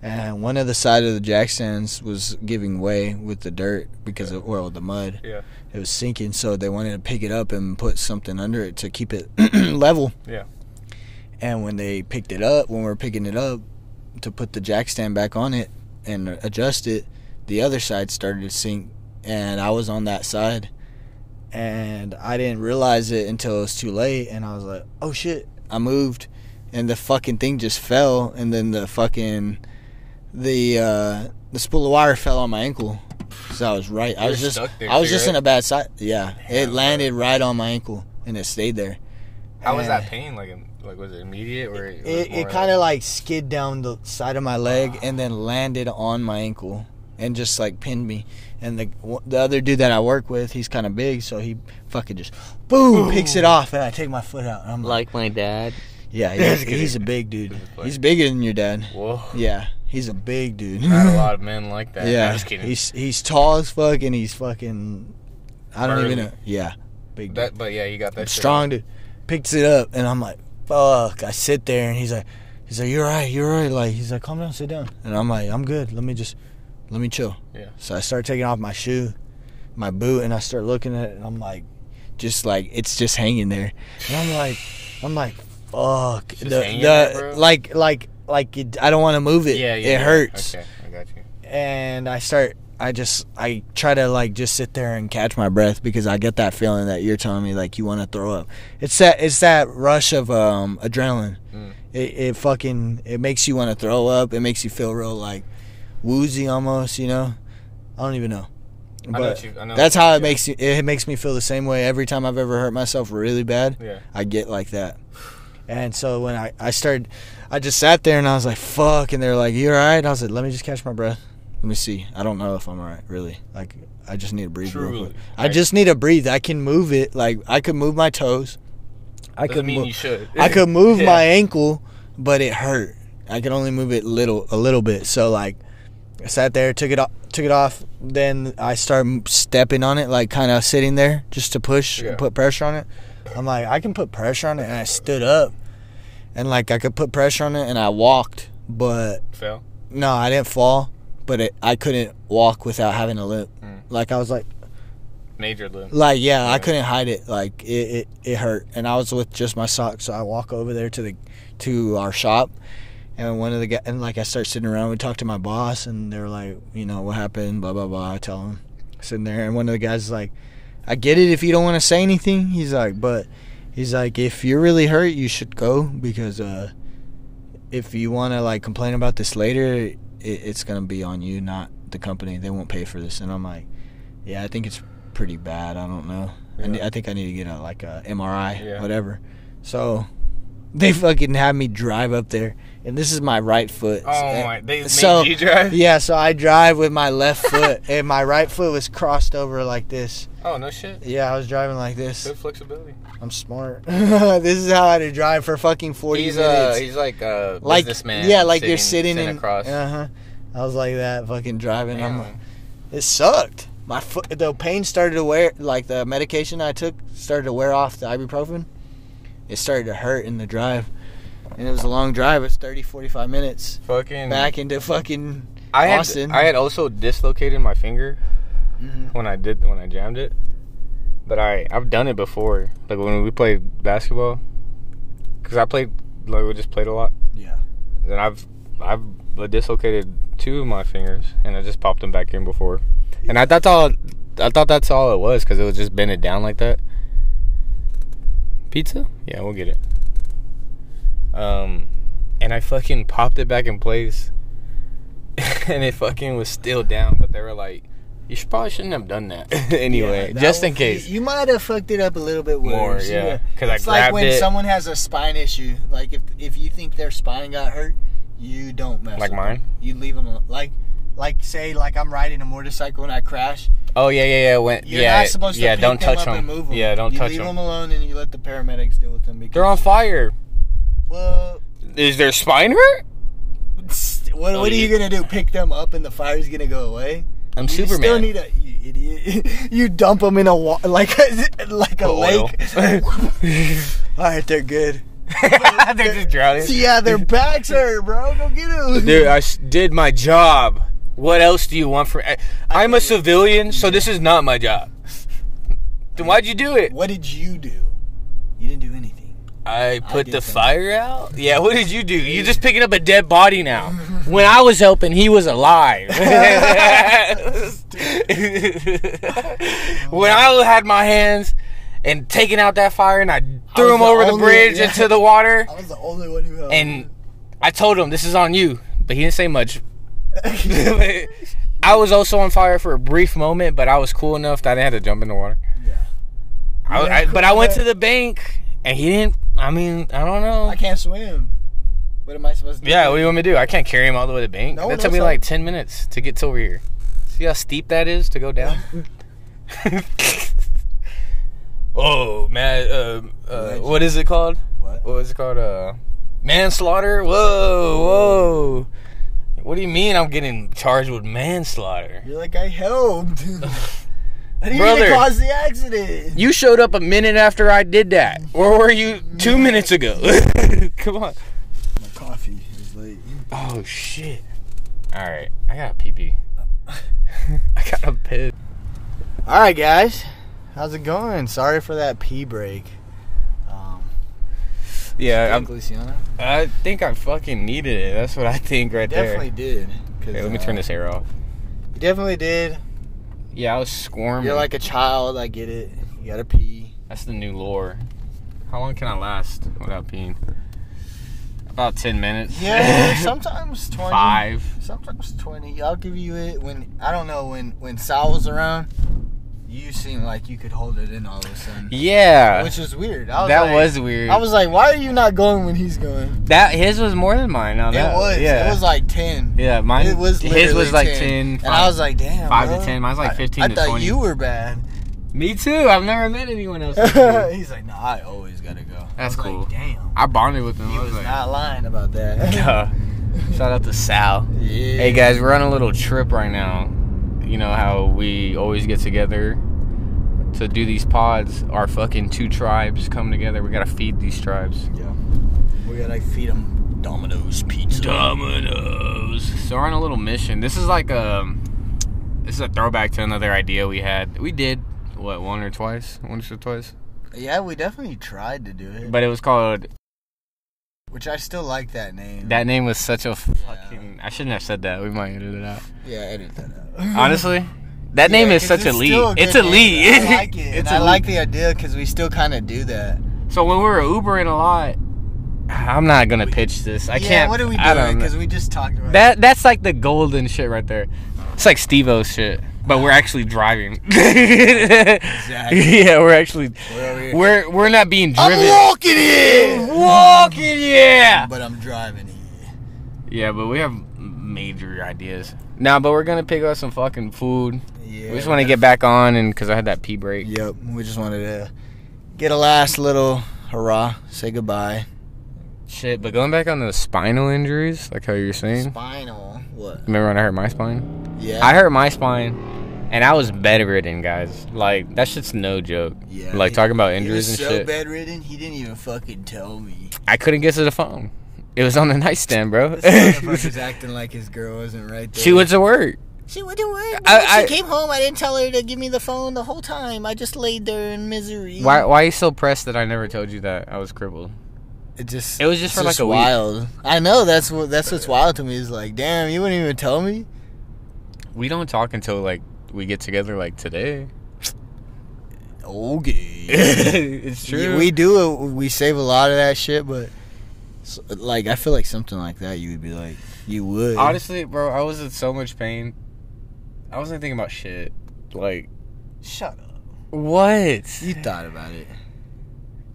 B: and one of the side of the jack stands was giving way with the dirt because of well the mud.
A: Yeah.
B: it was sinking, so they wanted to pick it up and put something under it to keep it level.
A: Yeah.
B: And when they picked it up, when we were picking it up to put the jack stand back on it and adjust it, the other side started to sink, and I was on that side, and I didn't realize it until it was too late, and I was like, "Oh shit!" I moved, and the fucking thing just fell, and then the fucking the uh, the spool of wire fell on my ankle, so I was right. I
A: You
B: was
A: were
B: just
A: stuck there
B: I was
A: too,
B: just in
A: right?
B: a bad side. Yeah,
A: Damn,
B: it
A: bro.
B: landed right on my ankle, and it stayed there.
A: How was
B: Yeah.
A: that pain? Like, im- like was it immediate or it?
B: It, it kind of like skid down the side of my leg and then landed on my ankle and just like pinned me. And the w- the other dude that I work with, he's kind of big, so he fucking just boom picks it off, and I take my foot out. And I'm like,
C: my dad.
B: yeah,
A: That's
B: he's,
A: good.
B: he's a big dude.
A: Good play.
B: He's bigger than your dad.
A: Whoa.
B: Yeah, he's a big dude.
A: Not a lot of men like that. Yeah.
B: yeah,
A: I'm just kidding.
B: he's he's tall as fuck, and he's fucking I don't even
A: Burly.
B: know. Yeah, big dude.
A: that, but yeah, you got that. shit.
B: strong dude picks it up and I'm like, fuck. I sit there and he's like, He's like, "You're right, you're right." Like he's like, "Calm down, sit down." And I'm like, "I'm good. Let me just, let me chill."
A: Yeah.
B: So I start taking off my shoe, my boot, and I start looking at it, and I'm like, just like it's just hanging there, and I'm like, I'm like, fuck,
A: just hanging there, bro?
B: like like like it, I don't want to move it.
A: Yeah, yeah.
B: It
A: yeah.
B: hurts
A: Okay, I got you.
B: and I start I just I try to like just sit there and catch my breath because I get that feeling that you're telling me like you want to throw up. It's that it's that rush of um adrenaline.
A: Mm.
B: It it fucking it makes you want to throw up. It makes you feel real like woozy almost, you know. I don't even know.
A: I know what you. I know
B: that's
A: what
B: how it
A: you-
B: makes you it makes me feel the same way every time I've ever hurt myself really bad.
A: Yeah.
B: I get like that. And so when I, I started, I just sat there and I was like, fuck. And they're like, you all right? I was like, let me just catch my breath. Let me see. I don't know if I'm all right, really. Like, I just need to breathe real
A: Truly.
B: quick. I just need to breathe. I can move it. Like, I could move my toes. I
A: Doesn't
B: could,
A: mean
B: move,
A: you should.
B: I could move
A: Yeah.
B: my ankle, but it hurt. I could only move it little, a little bit. So, like, I sat there, took it off, took it off. Then I started stepping on it, like kind of sitting there just to push,
A: Yeah.
B: and put pressure on it. I'm like, I can put pressure on it, and I stood up, and like I could put pressure on it, and I walked, but
A: fell.
B: no, I didn't fall, but it, I couldn't walk without having a limp.
A: Mm.
B: Like I was like,
A: Major limb.
B: like yeah, I
A: Yeah.
B: couldn't hide it. Like it, it, it hurt, and I was with just my socks. So I walk over there to the to our shop, and one of the guys, and like I start sitting around. We talk to my boss, and they're like, you know, what happened? Blah blah blah. I tell him sitting there, and one of the guys is like, I get it if you don't want to say anything. He's like, but he's like, if you're really hurt, you should go because uh, if you want to like complain about this later, it, it's gonna be on you, not the company. They won't pay for this. And I'm like, yeah, I think it's pretty bad. I don't know. I,
A: Yeah.
B: ne- I think I need to get a like a MRI,
A: Yeah.
B: whatever. So they fucking had me drive up there, and this is my right foot.
A: Oh
B: And-
A: my! They made
B: so-
A: you drive.
B: Yeah, so I drive with my left foot, and my right foot was crossed over like this.
A: Oh no shit.
B: Yeah, I was driving like this.
A: Good flexibility.
B: I'm smart. this is how I had to drive for fucking 40
A: He's uh,
B: minutes.
A: he's like a
B: like
A: businessman.
B: yeah, like you're sitting in.
A: across.
B: Uh huh. I was like that, fucking driving. I'm like,
A: Damn.
B: it sucked. My foot, the pain started to wear, like the medication I took started to wear off the ibuprofen. It started to hurt in the drive. And it was a long drive. It was 30, 45 minutes
A: fucking
B: back into fucking.
A: I had
B: Austin.
A: I had also dislocated my finger
B: mm-hmm.
A: when I did when I jammed it. But I I've done it before, like when we played basketball, because I played like we just played a lot,
B: Yeah.
A: and I've I've dislocated two of my fingers, and I just popped them back in before, and I that's all I thought that's all it was because it was just bended down like that. Pizza? Yeah, we'll get it. Um, and I fucking popped it back in place, and it fucking was still down. But they were like, "You should probably shouldn't have done that." anyway,
B: Yeah, that
A: just in
B: was-
A: case.
B: You, you might have fucked it up a little bit worse.
A: More, yeah. 'Cause I
B: It's like
A: grabbed
B: when
A: it.
B: someone has a spine issue. Like if if you think their spine got hurt, you don't mess.
A: Like
B: with
A: mine?
B: them. You leave them al- like like say like I'm riding a motorcycle and I crash.
A: oh yeah, yeah, yeah. When,
B: You're
A: yeah,
B: not supposed to
A: yeah.
B: pick
A: don't
B: them
A: touch
B: up
A: them.
B: and move them.
A: Yeah, don't
B: you
A: touch
B: leave
A: them.
B: them alone and you let the paramedics deal with them because
A: They're on fire.
B: Well,
A: Is their spine hurt?
B: what,
A: Oh,
B: what are you
A: yeah.
B: gonna do? Pick them up and the fire's gonna go away?
A: I'm
B: You
A: Superman.
B: still need a you idiot. You dump them in a wa- like a, like a
A: Put oil.
B: lake. All right, they're good.
A: They're just drowning.
B: So yeah, their backs hurt, bro. Go get them.
A: Dude, I s- did my job. What else do you want from? I, I'm a civilian, so this is not my job. Then why'd you do it?
B: What did you do? You didn't do anything.
A: I put
B: did
A: the
B: something.
A: fire out. Yeah, what did you do? You're just picking up a dead body now. When I was helping, he was alive. when I had my hands and taking out that fire, and I threw
B: was
A: him
B: the
A: over the
B: only-
A: bridge
B: yeah.
A: into the water,
B: I was the only one who helped.
A: and I told him this is on you, but he didn't say much. I was also on fire for a brief moment, but I was cool enough that I didn't have to jump in the water.
B: yeah.
A: I, I, but I went to the bank, and he didn't. I mean, I don't know.
B: I can't swim. What am I supposed to?
A: Yeah,
B: do?
A: what do you want me to do? I can't carry him all the way to the bank.
B: No,
A: that
B: no,
A: took me
B: son.
A: like ten minutes to get to over here. See how steep that is to go down? oh man, uh, uh, what is it called?
B: What?
A: What is it called? Uh, manslaughter. Whoa, whoa. What do you mean I'm getting charged with manslaughter?
B: You're like I helped. I didn't
A: Brother.
B: even cause the accident.
A: You showed up a minute after I did that. Or were you two minutes ago? Come on.
B: My coffee.
A: Oh shit. All right, I got to pee pee. I got to piss.
B: All right, guys. How's it going? Sorry for that pee break. Um,
A: Yeah,
B: i
A: I'm, I think I fucking needed it. That's what I think right
B: definitely did.
A: there. Hey, let me turn this hair off.
B: You definitely did.
A: Yeah, I was squirming.
B: You're like a child. I get it. You gotta pee.
A: That's the new lore. How long can I last without peeing? About ten minutes.
B: Yeah, sometimes twenty.
A: Five.
B: Sometimes twenty. I'll give you it when I don't know when when Sal was around. You seemed like you could hold it in all of a sudden,
A: Yeah.
B: which is weird. I was
A: that
B: like-
A: was weird.
B: I was like, why are you not going when he's going?
A: that his was more than mine. Now that
B: it was.
A: Yeah.
B: It was like ten.
A: yeah. Mine.
B: it was
A: his was
B: literally
A: like
B: 10.
A: ten.
B: And I was like, damn.
A: five to
B: bro.
A: 10. Mine's like
B: I-
A: 15
B: I,
A: to
B: thought
A: 20.
B: you were bad.
A: Me too. I've never met anyone else. like you.
B: He's like, nah, I always gotta go. I
A: That's
B: was like,
A: cool.
B: damn.
A: I bonded with him.
B: He
A: I
B: was
A: like,
B: not lying about that.
A: Duh. Shout out to Sal.
B: yeah.
A: Hey guys, we're on a little trip right now. You know how we always get together to do these pods. Our fucking two tribes come together. We gotta feed these tribes.
B: We gotta feed him Domino's pizza.
A: Dominoes. So we're on a little mission. This is like a this is a throwback to another idea we had. We did what one or twice, once or twice.
B: Yeah, we definitely tried to do it.
A: But it was called.
B: Which I still like that name.
A: That name was such a fucking. I shouldn't have said that. We might edit it out.
B: yeah, edit that out.
A: Honestly, that name
B: Yeah,
A: is
B: 'cause
A: such a
B: it's
A: lead.
B: still good
A: It's a
B: name.
A: lead.
B: I like it. and
A: it's
B: I
A: a lead.
B: like the idea because we still kind of do that.
A: So when we were Ubering a lot, I'm not gonna pitch this. I
B: yeah,
A: can't.
B: What are we
A: I
B: doing?
A: don't know.
B: Because we just talked about
A: that that's like the golden shit right there. It's like Steve-O's shit, but we're actually driving. Yeah, we're actually
B: it. We're over here.
A: we're we're not being driven.
B: walking here,
A: walking, yeah.
B: but I'm driving here.
A: Yeah, but we have major ideas. Nah, but we're gonna pick up some fucking food.
B: Yeah,
A: we just want to get back on, and because I had that pee break.
B: Yep, we just wanted to get a last little hurrah, say goodbye.
A: Shit, but going back on the spinal injuries, like how you were saying.
B: Spinal. What?
A: Remember when I hurt my spine?
B: Yeah.
A: I hurt my spine, and I was bedridden, guys. Like that shit's no joke.
B: Yeah,
A: like
B: he-
A: talking about
B: he
A: injuries
B: was
A: and
B: so
A: shit.
B: bedridden, he didn't even fucking tell me.
A: I couldn't get to the phone. It was on the nightstand, bro.
B: This motherfucker's acting like his girl wasn't right there.
A: she went to work.
D: She went away.
A: I- I-
D: she came home. I didn't tell her to give me the phone the whole time. I just laid there in misery.
A: Why? Why you so pressed that I never told you that I was crippled?
B: It just.
A: It was just
B: it's
A: for like a week.
B: wild. I know that's what that's what's wild to me is like, damn, you wouldn't even tell me.
A: We don't talk until like we get together, like today.
B: Okay.
A: it's true.
B: we do it. We save a lot of that shit, but s- like I feel like something like that, you would be like, you would.
A: honestly, bro, I was in so much pain. I wasn't thinking about shit. Like
B: Shut up.
A: what?
B: You thought about it.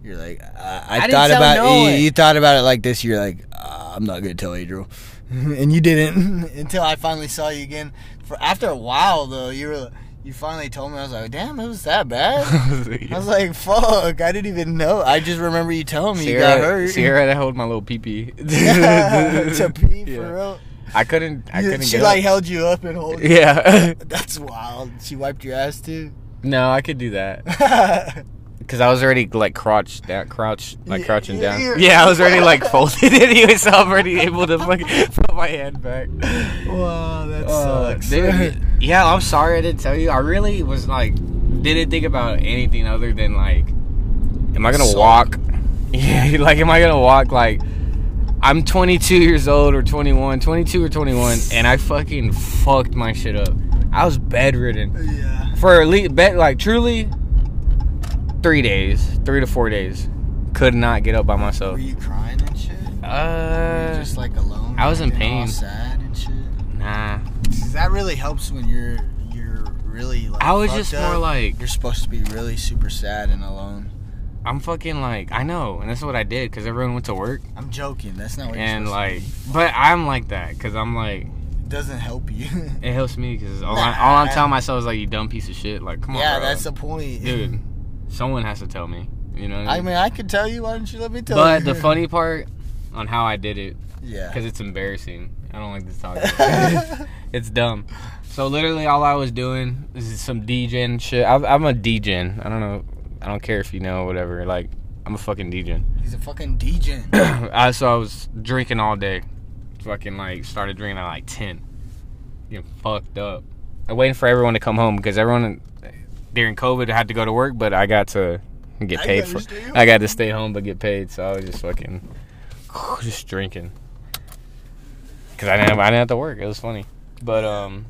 B: You're like, I, I,
A: didn't
B: thought
A: tell
B: about
A: no
B: you,
A: one.
B: you. Thought about it like this. You're like, uh, I'm not gonna tell Adriel, and you didn't until I finally saw you again. For after a while though, you were you finally told me. I was like, damn, it was that bad. I was like, fuck, I didn't even know. I just remember you telling me you got hurt.
A: Sierra had to hold my little pee pee.
B: to pee for real.
A: I couldn't. I
B: You-
A: couldn't
B: she
A: get.
B: like
A: up.
B: held you up and hold. you.
A: Yeah.
B: That's wild. She wiped your ass too.
A: no, I could do that because I was already like crouched down, crouched like
B: Yeah,
A: crouching down.
B: you're-
A: Yeah, I was already like folded in. He was already able to fucking put my hand back.
B: wow, that
A: Uh,
B: sucks.
A: dude, yeah, I'm sorry I didn't tell you. I really was like, didn't think about anything other than like, am I gonna
B: Soul.
A: walk? Yeah, like, am I gonna walk? Like, I'm 22 years old or 21, 22 or 21, and I fucking fucked my shit up. I was bedridden
B: yeah.
A: for at least, bet like truly, three days, three to four days. Could not get up by myself.
B: Were you crying and shit? Were you
A: Uh,
B: just like alone.
A: I was in
B: and All
A: pain.
B: sad and shit.
A: nah.
B: 'Cause that really helps when you're you're really like.
A: I was
B: fucked
A: just
B: up.
A: more like.
B: You're supposed to be really super sad and alone.
A: I'm fucking like I know, and that's what I did because everyone went to work
B: I'm joking. That's not what.
A: and
B: you're
A: like, but I'm like that because I'm like
B: it doesn't help you.
A: it helps me because all, I,
B: Nah.
A: all I'm telling myself is like you dumb piece of shit. Like come on,
B: yeah,
A: bro.
B: that's the point.
A: dude. Someone has to tell me, you know. What I
B: I
A: mean?
B: mean, I could tell you. Why don't you let me tell
A: but
B: you?
A: the funny part on how I did it
B: Yeah.
A: because it's embarrassing. I don't like to talk. About it. it's dumb. So literally, all I was doing is some DJing shit. I'm, I'm a DJing. I don't know. I don't care if you know whatever. Like I'm a fucking DJing.
B: He's a fucking DJ.
A: I so I was drinking all day, fucking like started drinking at like ten. Getting fucked up. I waiting for everyone to come home because everyone during COVID had to go to work, but I got to get
B: I
A: paid
B: gotta
A: for.
B: stay
A: I got to stay home but get paid, so I was just fucking just drinking. Cause I didn't have I didn't have to work. It was funny, but um.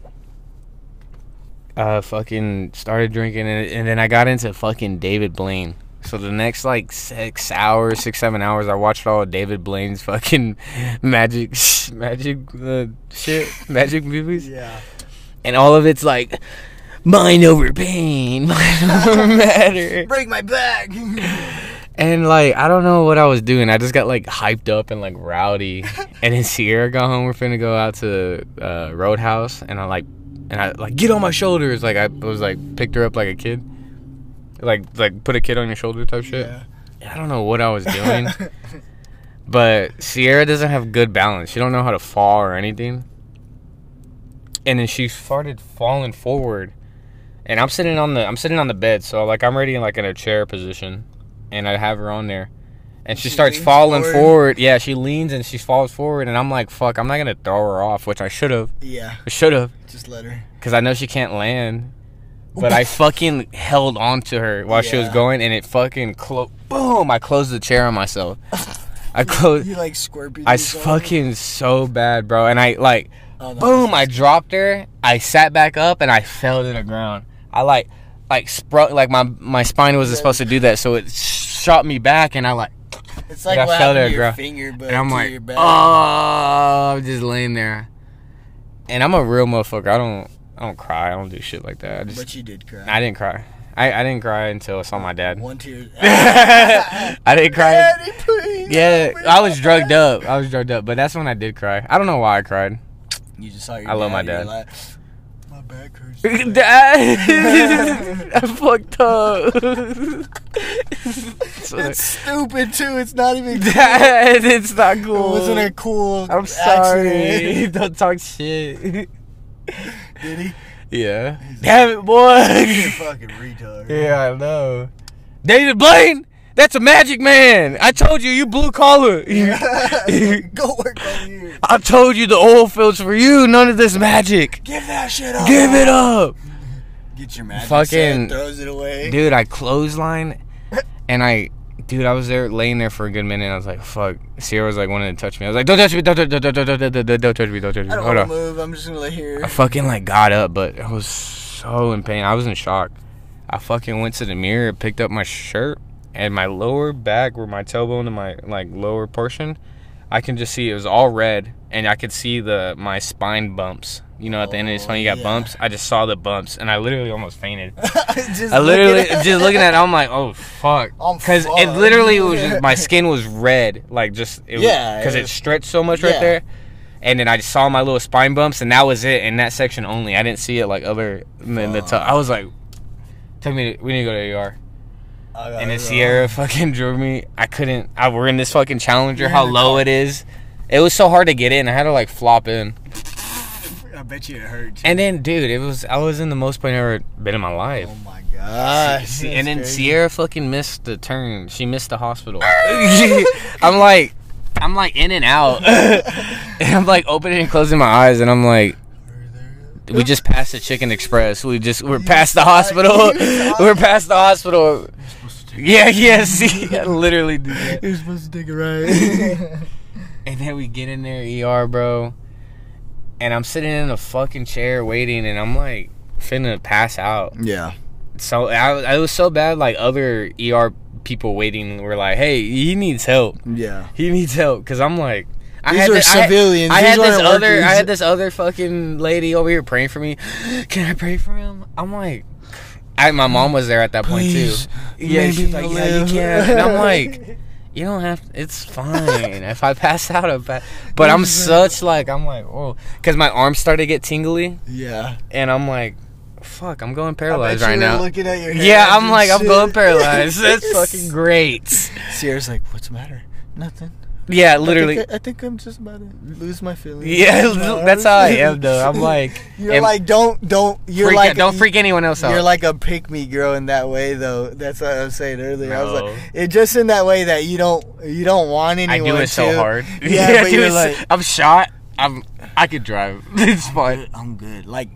A: Uh, fucking started drinking and, and then I got into fucking David Blaine. So the next like six hours, six seven hours, I watched all of David Blaine's fucking magic, magic uh, shit, magic movies,
B: Yeah.
A: and all of it's like mind over pain, mind over matter,
B: Break my back.
A: and like I don't know what I was doing. I just got like hyped up and like rowdy, and then Sierra got home. We're finna go out to uh, Roadhouse, and I like, and I like get on my shoulders. Like I was like picked her up like a kid, like like put a kid on your shoulder type shit.
B: yeah.
A: I don't know what I was doing, but Sierra doesn't have good balance. She don't know how to fall or anything. And then she started falling forward, and I'm sitting on the I'm sitting on the bed, so like I'm already in like in a chair position, and I have her on there, and she,
B: She
A: starts
B: leans
A: falling
B: forward.
A: forward. Yeah, she leans and she falls forward, and I'm like, fuck, I'm not gonna throw her off, which I should have,
B: Yeah.
A: should have,
B: Just let her.
A: because I know she can't land. But I fucking held on to her while she was
B: Yeah.
A: going, and it fucking clo- boom! I closed the chair on myself. I closed.
B: You like scorpion.
A: I s- fucking so bad, bro. And I like,
B: Oh, no.
A: boom! I dropped her. I sat back up and I fell to the ground. I like, like sprung. Like my my spine wasn't supposed to do that, so it shot me back, and I like,
B: It's like
A: Yeah, I
B: what
A: fell
B: happened
A: there,
B: to your
A: girl.
B: finger, but
A: and I'm
B: to
A: like,
B: your back.
A: oh, I'm just laying there. And I'm a real motherfucker. I don't, I don't cry. I don't do shit like that. I just,
B: But you did cry.
A: I didn't cry. I, I didn't cry until I saw my dad.
B: One tear.
A: I didn't cry.
B: Daddy, please.
A: Yeah,
B: help me.
A: I was drugged up. I was drugged up, but that's when I did cry. I don't know why I cried.
B: You just saw your
A: I love my
B: you're
A: dad.
B: like, my back hurts.
A: I fucked up.
B: It's stupid too. It's not even. It
A: Dad, it's not cool.
B: wasn't a cool.
A: I'm sorry.
B: accident.
A: Don't talk shit.
B: Did he?
A: Yeah. Damn it, boy.
B: You're a fucking retard.
A: Yeah, I know. David Blaine, that's a magic man. I told you, you blue collar.
B: Go work over here.
A: I told you the oil fields for you. None of this magic.
B: Give that shit up.
A: Give it up.
B: Get your magic.
A: Fucking-
B: set, throws it away.
A: Dude, I clothesline and I, dude, I was there laying there for a good minute. I was like, fuck. Sierra was like, wanting to touch me. I was like, don't touch me. Don't touch, don't, don't, don't, don't, don't, don't, don't touch me. Don't touch me.
B: I don't
A: Hold
B: want to
A: on.
B: move. I'm just gonna lay here.
A: I fucking like got up, but I was so in pain. I was in shock. I fucking went to the mirror, picked up my shirt, and my lower back, where my tailbone and my like lower portion, I can just see it was all red, and I could see the my spine bumps. You know, at the end of the
B: Oh,
A: spine, you got
B: yeah.
A: bumps. I just saw the bumps, and I literally almost fainted.
B: just
A: I
B: look at
A: literally
B: it.
A: just looking at it, I'm like, oh fuck,
B: I'm
A: because it
B: fucked.
A: literally was just, my skin was red, like just it
B: Yeah,
A: because
B: it
A: it
B: was-
A: stretched so much
B: yeah.
A: right there. And then I just saw my little spine bumps, and that was it in that section only. I didn't see it like other in the
B: Fuck.
A: top. I was like, "Tell me, to, we need to go to AR."
B: I got
A: And then
B: it all.
A: Sierra fucking drove me. I couldn't. I we're in this fucking Challenger.
B: You're
A: How
B: in the
A: low
B: car.
A: it is. It was so hard to get in. I had to like flop in.
B: I bet you it hurts.
A: And then, dude, it was. I was in the most pain I've ever been in my life.
B: oh my god.
A: See, Uh, and then
B: That's
A: Sierra fucking missed the turn. She missed the hospital. I'm like, I'm like in and out. and I'm like opening and closing my eyes, and I'm like, we just passed the Chicken Express. We just we're past the hospital. we're past the hospital. Yeah, yeah. See, I literally do that.
B: You're supposed to take a ride.
A: And then we get in there, ER, bro. And I'm sitting in a fucking chair waiting, and I'm like finna pass out.
B: yeah.
A: so I, I was so bad like other er people waiting were like hey he needs help
B: Yeah.
A: he needs help because i'm like I
B: These
A: had
B: are
A: this, I-
B: civilians.
A: I,
B: These
A: had this
B: aren't
A: other
B: workers.
A: i had this other fucking lady over here praying for me can i pray for him i'm like I, my mom was there at that
B: Please,
A: point too yeah
B: maybe
A: she's like
B: he'll
A: yeah you
B: live."
A: can and i'm like you don't have it's fine if i pass out i pass. but i'm such like i'm like oh because my arms started to get tingly
B: Yeah.
A: and i'm like fuck i'm going
B: I
A: paralyzed
B: bet
A: right
B: you
A: now
B: were Looking at your
A: yeah,
B: hands
A: I'm
B: and
A: like, I'm
B: shit.
A: going paralyzed. That's fucking great.
B: Sierra's like, what's the matter? Nothing.
A: Yeah,
B: I think
A: literally.
B: I, I think I'm just about to lose my feelings.
A: Yeah,
B: Lose my
A: that's how I
B: arms.
A: am though. I'm like,
B: You're
A: am-
B: like, don't, don't. You're
A: freak-
B: like,
A: don't freak anyone else
B: You're
A: out.
B: like a pick me girl in that way though. That's what I was saying earlier. I was
A: No.
B: like, it just in that way that you don't, you don't want
A: I
B: anyone.
A: do it so
B: to-
A: hard.
B: Yeah,
A: I
B: but
A: do
B: you're
A: it so-
B: like,
A: I'm shot. I'm I could drive. It's fine.
B: I'm good. Like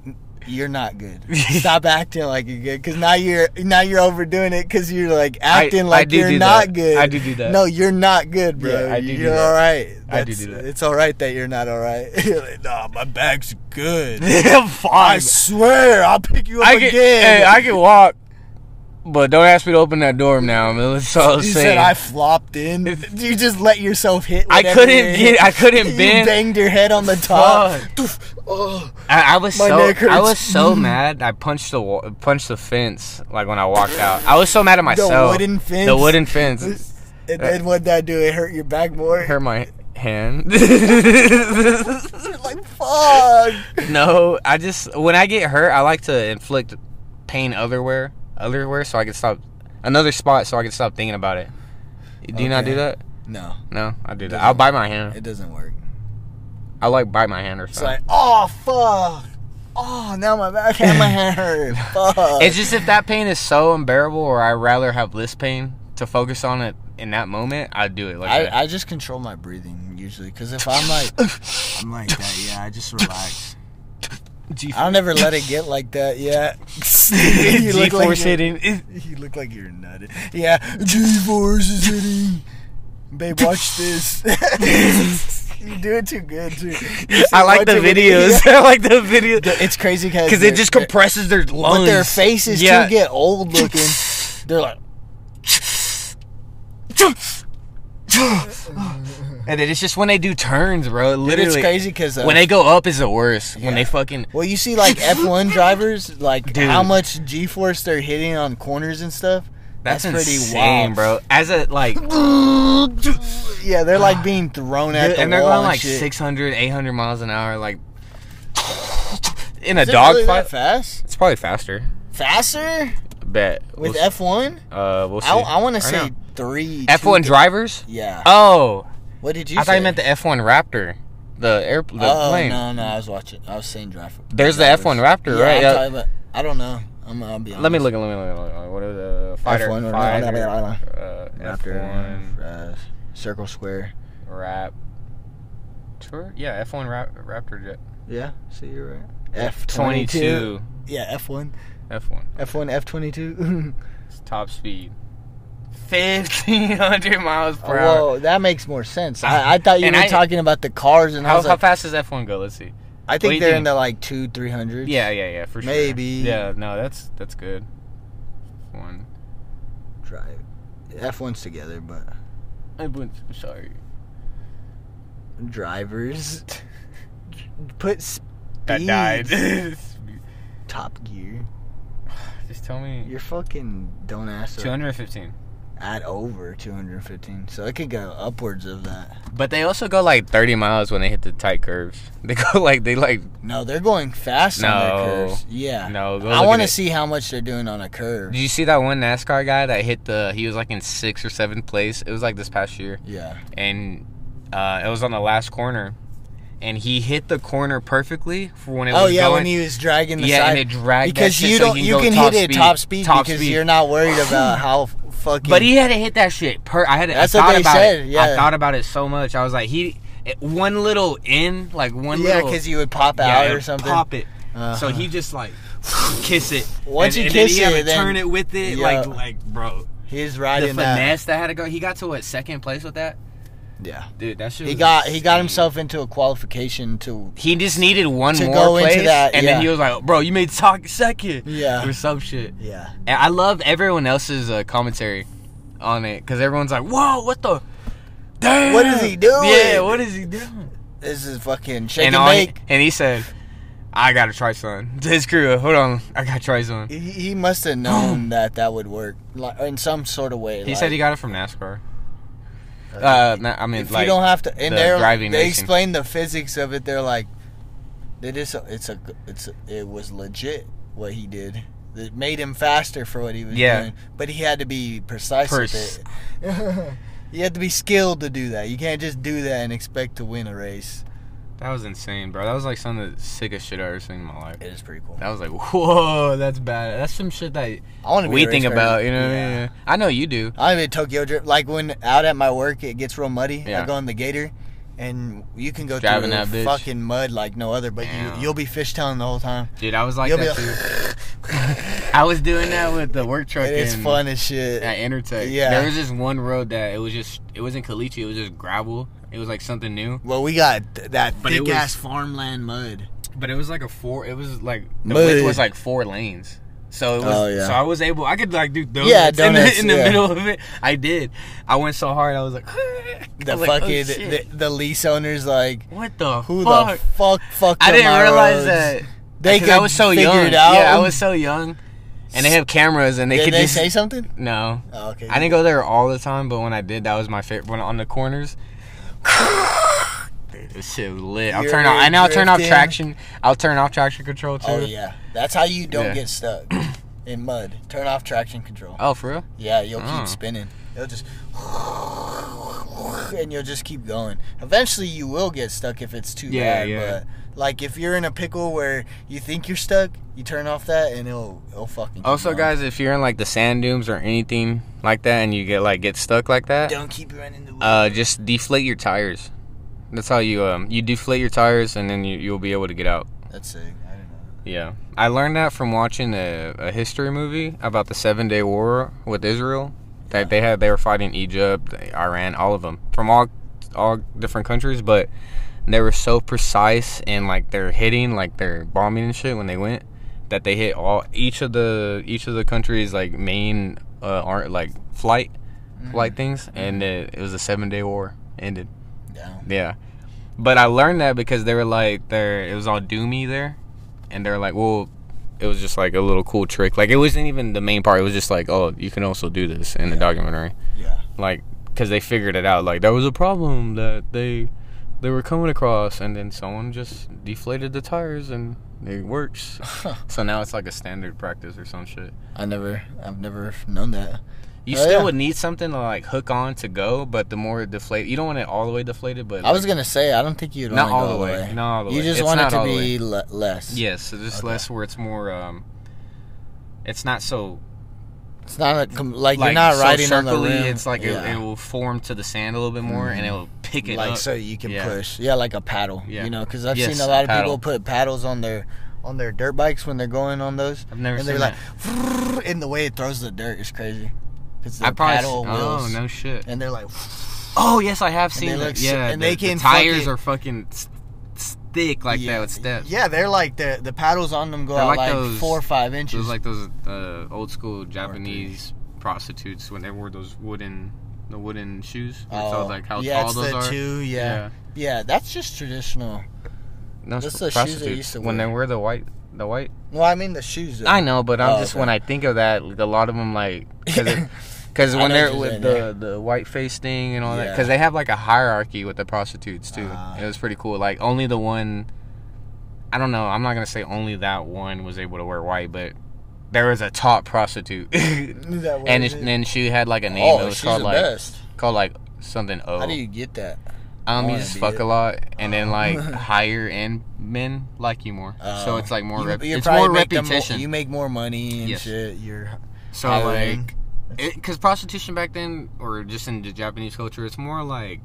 B: you're not good. Stop acting like you're good, because now you're now you're overdoing it. Because you're like acting
A: I
B: like
A: do
B: you're
A: do
B: not
A: that.
B: good.
A: I do do that.
B: No, you're not good, bro.
A: Yeah, I do do
B: You're
A: that.
B: all right.
A: I do
B: That's-
A: do that.
B: It's all right that you're not all right. You're like, nah, my bag's good.
A: I'm
B: I
A: fine.
B: swear, I'll pick you up
A: I can,
B: again.
A: hey, I can walk, but don't ask me to open that door now, man. That's all I'm
B: you
A: saying.
B: said I flopped in. You just let yourself hit.
A: I
B: whatever
A: couldn't
B: it-
A: get- I couldn't
B: you
A: bend.
B: banged your head on the top. Oh, Doof. Ugh.
A: I, I was
B: My
A: so
B: neck hurts.
A: I was so mad. I punched the wall, punched the fence like when I walked out. I was so mad at myself.
B: wooden fence?
A: The wooden fence
B: And then what that do? It hurt your back more.
A: hurt my hand.
B: like fuck.
A: no, I just when I get hurt, I like to inflict pain otherwhere, otherwhere, so I can stop another spot, so I can stop thinking about it. Do you not
B: Okay.
A: do that?
B: No,
A: No, I do that.
B: Doesn't-
A: I'll bite my hand.
B: it doesn't work.
A: I like bite my hand or
B: It's
A: something.
B: like oh fuck. Oh, now my back and my hand hurt. Fuck.
A: It's just if that pain is so unbearable, or I rather have less pain to focus on it in that moment, I do it like that.
B: I, I just control my breathing usually because if I'm like I'm like that, yeah, I just relax.
A: G-
B: I don't ever let it get like that. Yeah, You
A: G
B: look like
A: force
B: you're-
A: hitting. It-
B: You look like you're nutted. Yeah, G Force is hitting. Babe, watch this. you do it too good, too. You
A: I
B: see
A: like
B: one
A: the
B: too many-
A: videos. I like the video
B: Yeah. It's crazy because
A: because it just compresses their lungs.
B: But their faces
A: Yeah.
B: too get old looking. They're like,
A: And then it's just when they do turns, bro.
B: Dude,
A: Literally,
B: it's crazy uh, because
A: when they go up is the worst. When they fucking
B: Well, you see, like F1 drivers, like
A: Dude.
B: how much G force they're hitting on corners and stuff.
A: that's,
B: pretty
A: insane,
B: wild,
A: bro. As a like,
B: Yeah, they're like being thrown at the
A: and Ah. they're
B: wall
A: going like
B: shit.
A: 600, 800 miles an hour, like in a
B: Is it
A: dog
B: really that
A: fight.
B: fast,
A: It's probably faster.
B: faster
A: Bet
B: with
A: We'll-
B: F1.
A: Uh, we'll see.
B: I, I want to
A: Right
B: say
A: now.
B: three.
A: F1
B: two-
A: drivers.
B: Yeah.
A: Oh,
B: what did you
A: I
B: say?
A: thought you meant the F1 Raptor, the air, the
B: oh,
A: plane.
B: no, no, I was watching. I was saying drive.
A: There's the F1 Raptor,
B: Yeah,
A: right?
B: I'm
A: Yeah.
B: talking about- I don't know. I'm, I'll be honest.
A: Let me look. Let me look. Let me look. What are the fighter?
B: F1,
A: fighter,
B: blah,
A: uh,
B: Raptor,
A: F1
B: uh, circle square.
A: rap. Tour? Yeah, F1 rap, Raptor jet.
B: Yeah, see, you're right. F
A: Twenty two.
B: Yeah, F1.
A: F1.
B: F1, F22.
A: It's top speed. Fifteen hundred miles per hour.
B: Whoa, that makes more sense. I, I thought you
A: And
B: were
A: I-
B: talking about the cars, and I
A: How,
B: was
A: how
B: like,
A: fast does F1 go? Let's see.
B: I
A: what do
B: think
A: you
B: they're in
A: think?
B: the like two, three hundred.
A: Yeah, yeah, yeah, for sure.
B: Maybe.
A: Yeah, no, that's that's good. One.
B: drive. F1's together, but
A: I went. Sorry.
B: drivers put speed
A: That died.
B: top gear.
A: Just tell me.
B: You're fucking don't ask.
A: Two hundred fifteen.
B: at over 215. So it could go upwards of that.
A: But they also go like 30 miles when they hit the tight curves. They go like they like
B: No, they're going fast
A: No.
B: on their curves. Yeah.
A: No, go look
B: I
A: at
B: want
A: it.
B: to see how much they're doing on a curve.
A: Did you see that one NASCAR guy that hit the he was like in 6th or 7th place? It was like this past year
B: Yeah.
A: and uh it was on the last corner and he hit the corner perfectly for when it
B: Oh
A: was
B: yeah,
A: going.
B: when he was dragging the
A: yeah,
B: side
A: and it dragged that
B: because
A: shit
B: you
A: so
B: don't
A: he
B: you
A: go
B: can
A: top
B: hit it
A: speed.
B: top speed
A: Top
B: because
A: speed.
B: you're not worried about how f- fucking.
A: But he had to hit that shit per I had to,
B: That's
A: I
B: what
A: thought
B: they
A: about
B: said,
A: it. I
B: yeah.
A: thought about it so much. I was like he it- one little in like one
B: yeah,
A: little
B: because he would pop
A: Yeah,
B: out
A: it'd
B: or something.
A: Pop it. So
B: Uh-huh.
A: he just like kiss it.
B: Once
A: and,
B: you
A: and
B: kiss
A: then he had
B: it,
A: to
B: then-
A: turn it with it.
B: Yeah.
A: Like like bro,
B: He's
A: the
B: riding that.
A: finesse that had to go. He got to what second place with that
B: Yeah.
A: dude. That shit.
B: He
A: was
B: got he got
A: insane.
B: himself into a qualification to.
A: He just needed one
B: to
A: more
B: go into
A: place,
B: that,
A: and then
B: yeah.
A: he was like, "Bro, you made talk second,
B: Yeah.
A: or some shit."
B: Yeah.
A: And I love everyone else's uh, commentary on it because everyone's like, "Whoa, what the? Damn,
B: What is he doing?
A: Yeah, what is he doing?"
B: This is fucking shake and,
A: all he-
B: bake.
A: and he said, "I gotta try something." To his crew, hold on, I gotta try something.
B: He, he must have known that that would work, like in some sort of way.
A: He
B: like,
A: said he got it from NASCAR. Uh, na- I mean,
B: if
A: like,
B: you don't have to, and
A: the
B: they're,
A: driving
B: they
A: racing.
B: explain the physics of it. They're like, it is, a, it's a, it's, a, it was legit what he did. It made him faster for what he was
A: Yeah.
B: doing, but he had to be precise
A: Pers-
B: with it. you have to be skilled to do that. You can't just do that and expect to win a race.
A: that was insane, bro. That was like some of the sickest shit I ever seen in my life.
B: It is pretty cool.
A: That was like, whoa, that's bad. That's some shit that
B: I want to.
A: we think about. You know, what I mean?
B: Yeah.
A: Yeah. I know you do.
B: I live in Tokyo Drift. Like when out at my work, it gets real muddy.
A: Yeah.
B: I go in the gator, and you can go
A: Driving
B: through
A: that bitch.
B: fucking mud like no other. But you,
A: Damn.
B: you'll be fishtailing the whole time.
A: Dude, I was like
B: You'll be
A: that
B: like,
A: too. I was doing that with the work truck.
B: and it's
A: in-
B: fun as shit.
A: At Intertech.
B: Yeah.
A: There was this one road that it was just it wasn't caliche, it was just gravel. It was like something new.
B: Well, we got th- that
A: But it
B: thick
A: was-
B: ass farmland mud.
A: But it was like a four it was like the
B: Mud.
A: width was like four lanes. So it was
B: Oh, yeah.
A: so I was able I could like do those
B: Yeah,
A: in the,
B: donuts,
A: in the
B: yeah.
A: middle of it. I did. I went so hard I was like I
B: The
A: was like, oh,
B: fucking the,
A: shit.
B: the lease owners like
A: What the
B: who
A: fuck?
B: the fuck fucked
A: I
B: up
A: didn't
B: my
A: realize
B: roads?
A: that
B: They
A: 'cause I
B: could
A: was so
B: figure
A: young.
B: it out.
A: Yeah, I was so young. And they have cameras and they
B: Did
A: could
B: they
A: just
B: say something?
A: No.
B: Oh, okay.
A: I didn't go there all the time, but when I did, that was my favorite. When on the corners, Dude, this shit was lit. I'll
B: You're
A: turn off. I now turn off
B: drifting.
A: traction. I'll turn off traction control too.
B: Oh yeah, that's how you don't
A: Yeah.
B: get stuck in mud. Turn off traction control.
A: Oh, for real?
B: Yeah, you'll
A: Oh.
B: keep spinning. You'll just and you'll just keep going. Eventually, you will get stuck if it's too
A: Yeah,
B: bad.
A: yeah.
B: But like if you're in a pickle where you think you're stuck, you turn off that and it'll it'll fucking. keep
A: Also,
B: going.
A: guys, if you're in like the sand dunes or anything like that, and you get like get stuck like that,
B: don't keep running the.
A: uh, just deflate your tires. That's how you um you deflate your tires, and then you you'll be able to get out.
B: That's sick. I don't know.
A: Yeah, I learned that from watching a, a history movie about the Seven Day War with Israel. That they had, they were fighting Egypt, Iran, all of them from all all different countries, but they were so precise and like they're hitting, like they're bombing and shit when they went that they hit all each of the each of the countries like main uh, art like flight flight things, and it, it was a Seven Day War ended.
B: Down.
A: Yeah. But I learned that because they were like there it was all doomy there and they're like, Well it was just like a little cool trick. Like it wasn't even the main part. It was just like, oh, you can also do this in the documentary.
B: Yeah.
A: Like, cause they figured it out. Like there was a problem that they they were coming across, and then someone just deflated the tires, and it works. so now it's like a standard practice or some shit.
B: I never. I've never known that.
A: You
B: Oh,
A: still
B: yeah.
A: would need something to like hook on to go, but the more it deflate, you don't want it all the way deflated. But
B: I was gonna say I don't think you'd
A: Not
B: want
A: all
B: go
A: the way. Not all the
B: you
A: way.
B: just
A: It's
B: want it
A: not
B: to
A: all the
B: be le- less.
A: Yes, so just
B: Okay.
A: less where it's more. um It's not so
B: It's not a, com- like,
A: like
B: you're not
A: so
B: riding on the
A: circly,
B: rim.
A: It's like
B: Yeah. Mm.
A: it, it will form to the sand a little bit more, and it will pick it
B: like
A: up.
B: so you can
A: uh, Yeah.
B: push. Yeah, like a paddle.
A: Yeah.
B: You know, because I've
A: Yes,
B: seen a lot of
A: paddle.
B: people put paddles on their on their dirt bikes when they're going on those.
A: I've never
B: and
A: seen
B: they're like, in the way it throws the dirt is crazy. Because
A: I
B: the
A: probably
B: paddle
A: oh
B: wheels.
A: no shit.
B: And they're like,
A: Oh yes, I have
B: And
A: seen
B: they
A: that.
B: look so-
A: Yeah,
B: and
A: the,
B: they
A: the
B: can
A: tires
B: fucking-
A: are fucking s- s- thick like
B: yeah,
A: that with steps.
B: Yeah, they're like the the paddles on them go
A: They're
B: out
A: like
B: like,
A: those-
B: four or five
A: It
B: inches.
A: was like those uh, old school Japanese prostitutes when they wore those wooden the wooden shoes. It's all,
B: Oh,
A: like how
B: yeah,
A: tall
B: it's
A: those
B: the
A: are.
B: two, yeah. yeah, that's just traditional.
A: No,
B: That's
A: it's
B: the shoes they
A: prostitutes.
B: used to
A: when
B: wear.
A: they wear the white the white
B: Well, I mean the shoes. Though.
A: I know, but I'm
B: Oh,
A: just
B: okay.
A: when I think of that, like, a lot of them like because
B: I
A: when
B: know
A: they're
B: what you're
A: with
B: saying,
A: the the white face thing and all that,
B: Yeah.
A: because they have like a hierarchy with the prostitutes too.
B: Ah.
A: it was pretty cool. Like only the one, I don't know. I'm not gonna say only that one was able to wear white, but there was a top prostitute, and
B: Is that what it
A: it,
B: is?
A: and she had like a name.
B: oh,
A: it was
B: she's
A: called
B: the
A: like
B: best.
A: called like something O.
B: How do you get that?
A: um, you
B: wanna
A: just
B: be
A: fuck
B: it?
A: a lot, and then like higher end men like you more. so
B: Oh.
A: it's like more.
B: You-
A: rep-
B: you
A: it's
B: probably
A: more
B: make them
A: repetition.
B: you make more money and
A: Yes.
B: shit. You're
A: So
B: hiring.
A: like, because prostitution back then, or just in the Japanese culture, it's more like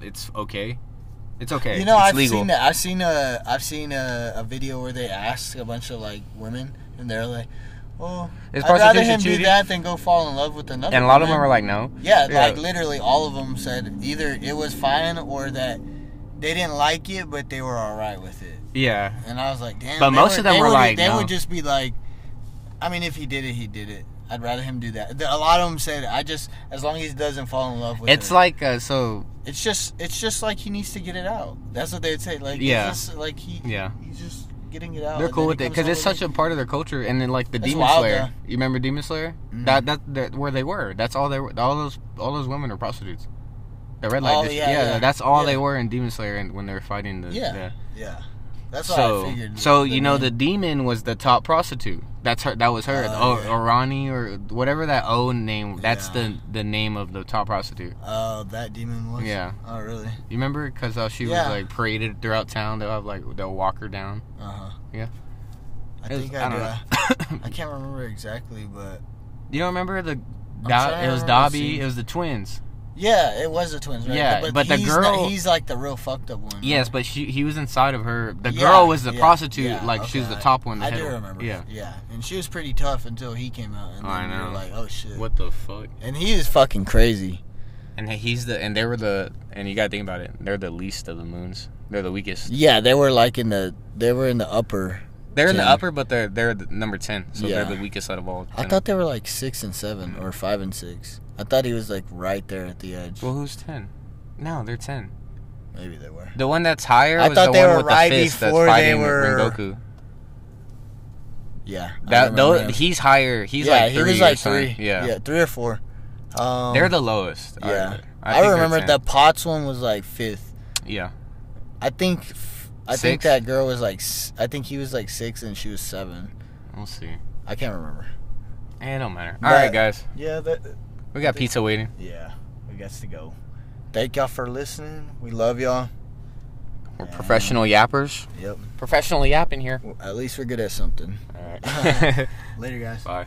A: it's okay. It's okay.
B: you know,
A: eh, it's
B: I've
A: legal.
B: seen that. I've seen a I've seen a, a video where they ask a bunch of like women, and they're like, "Well,
A: Is
B: I'd rather
A: prostitution
B: him do
A: cheating?
B: that than go fall in love with another."
A: And a lot of them
B: woman."
A: are like, no.
B: "Yeah,
A: yeah.
B: like literally all of them said either it was fine or that they didn't like it, but they were all right with it."
A: Yeah,
B: And I was like, "Damn."
A: But
B: they
A: most of them
B: they
A: were
B: would-
A: like,
B: they
A: no.
B: would just be like, "I mean, if he did it, he did it." I'd rather him do that. The- A lot of them said, "I just as long as he doesn't fall in love with."
A: it's
B: her."
A: like uh, so.
B: It's just it's just like he needs to get it out. That's what they'd say. Like it's
A: Yeah.
B: just, like he
A: Yeah.
B: he's just getting it out.
A: They're
B: Oh, and
A: cool
B: then
A: with
B: he
A: it
B: comes
A: because it's
B: home
A: such
B: with
A: a part of their culture. And then like the
B: That's
A: Demon
B: wild,
A: Slayer,
B: though.
A: you remember Demon Slayer?
B: Mhm.
A: That, that that where they were. That's all they were. All those all those women are prostitutes. The red light.
B: Oh,
A: district.
B: yeah,
A: yeah,
B: yeah,
A: that's all
B: yeah.
A: they were in Demon Slayer and when they were fighting the
B: Yeah.
A: the-
B: it. yeah. That's what
A: so,
B: I figured.
A: so you know
B: name-
A: the demon was the top prostitute. That's her. That was her.
B: Oh,
A: or,
B: yeah.
A: or Ronnie or whatever that O name. That's
B: Yeah.
A: the the name of the top prostitute.
B: Oh, that demon was.
A: Yeah.
B: Oh, really?
A: You remember? Because uh, she
B: Yeah.
A: was like paraded throughout town. They'll have like they'll walk her down.
B: Uh huh.
A: Yeah.
B: I
A: It was-
B: think
A: I
B: I,
A: don't
B: do.
A: know.
B: I- I can't remember exactly, but
A: You don't remember the?
B: I'm
A: Da-
B: trying
A: it
B: to
A: was
B: remember the
A: Dobby.
B: scene.
A: It was the twins.
B: Yeah, it was the twins, right?
A: Yeah, but the
B: he's
A: girl-
B: he's like the real fucked up one.
A: Yes, but she he was inside of her. The
B: Yeah,
A: girl was the
B: yeah,
A: prostitute.
B: yeah,
A: like she was
B: okay,
A: the top one. The
B: I
A: head
B: do
A: one.
B: remember.
A: Yeah.
B: Yeah, yeah, and she was pretty tough until he came out. And then
A: I
B: we were
A: know.
B: like, oh shit.
A: What the fuck?
B: And he is fucking crazy.
A: And he's the and they were the and you gotta think about it. They're the least of the moons. They're the weakest.
B: Yeah, they were like in the they were in the upper.
A: They're in the
B: 10.
A: upper, but they're they're the number ten. So
B: Yeah.
A: they're the weakest out of all.
B: I
A: 10.
B: thought they were like six and seven or five and six. I thought he was like right there at the edge.
A: Well, who's ten? No, they're ten.
B: Maybe they were.
A: The one that's higher
B: I
A: was
B: thought
A: the
B: they
A: one
B: were
A: with
B: right
A: the fist that's
B: before they
A: fighting
B: were-
A: Rengoku.
B: Yeah, I
A: That
B: remember
A: though
B: him.
A: he's higher. He's
B: yeah,
A: like three.
B: he was like
A: or something.
B: three.
A: Yeah.
B: yeah, three or four. Um,
A: they're the lowest. I-
B: yeah.
A: I,
B: I,
A: think they're
B: remember
A: 10.
B: the Potts one was like fifth.
A: Yeah.
B: I think, f- I think
A: Six?
B: that girl was like, s- I think he was like six and she was seven.
A: We'll see.
B: I can't remember.
A: Eh, it don't matter.
B: But-
A: All right, guys.
B: Yeah, that.
A: We got pizza waiting.
B: Yeah, we got to go. Thank y'all for listening. We love y'all.
A: We're professional yappers.
B: Yep.
A: Professional yapping here.
B: At least we're good at something.
A: All right.
B: Later, guys.
A: Bye.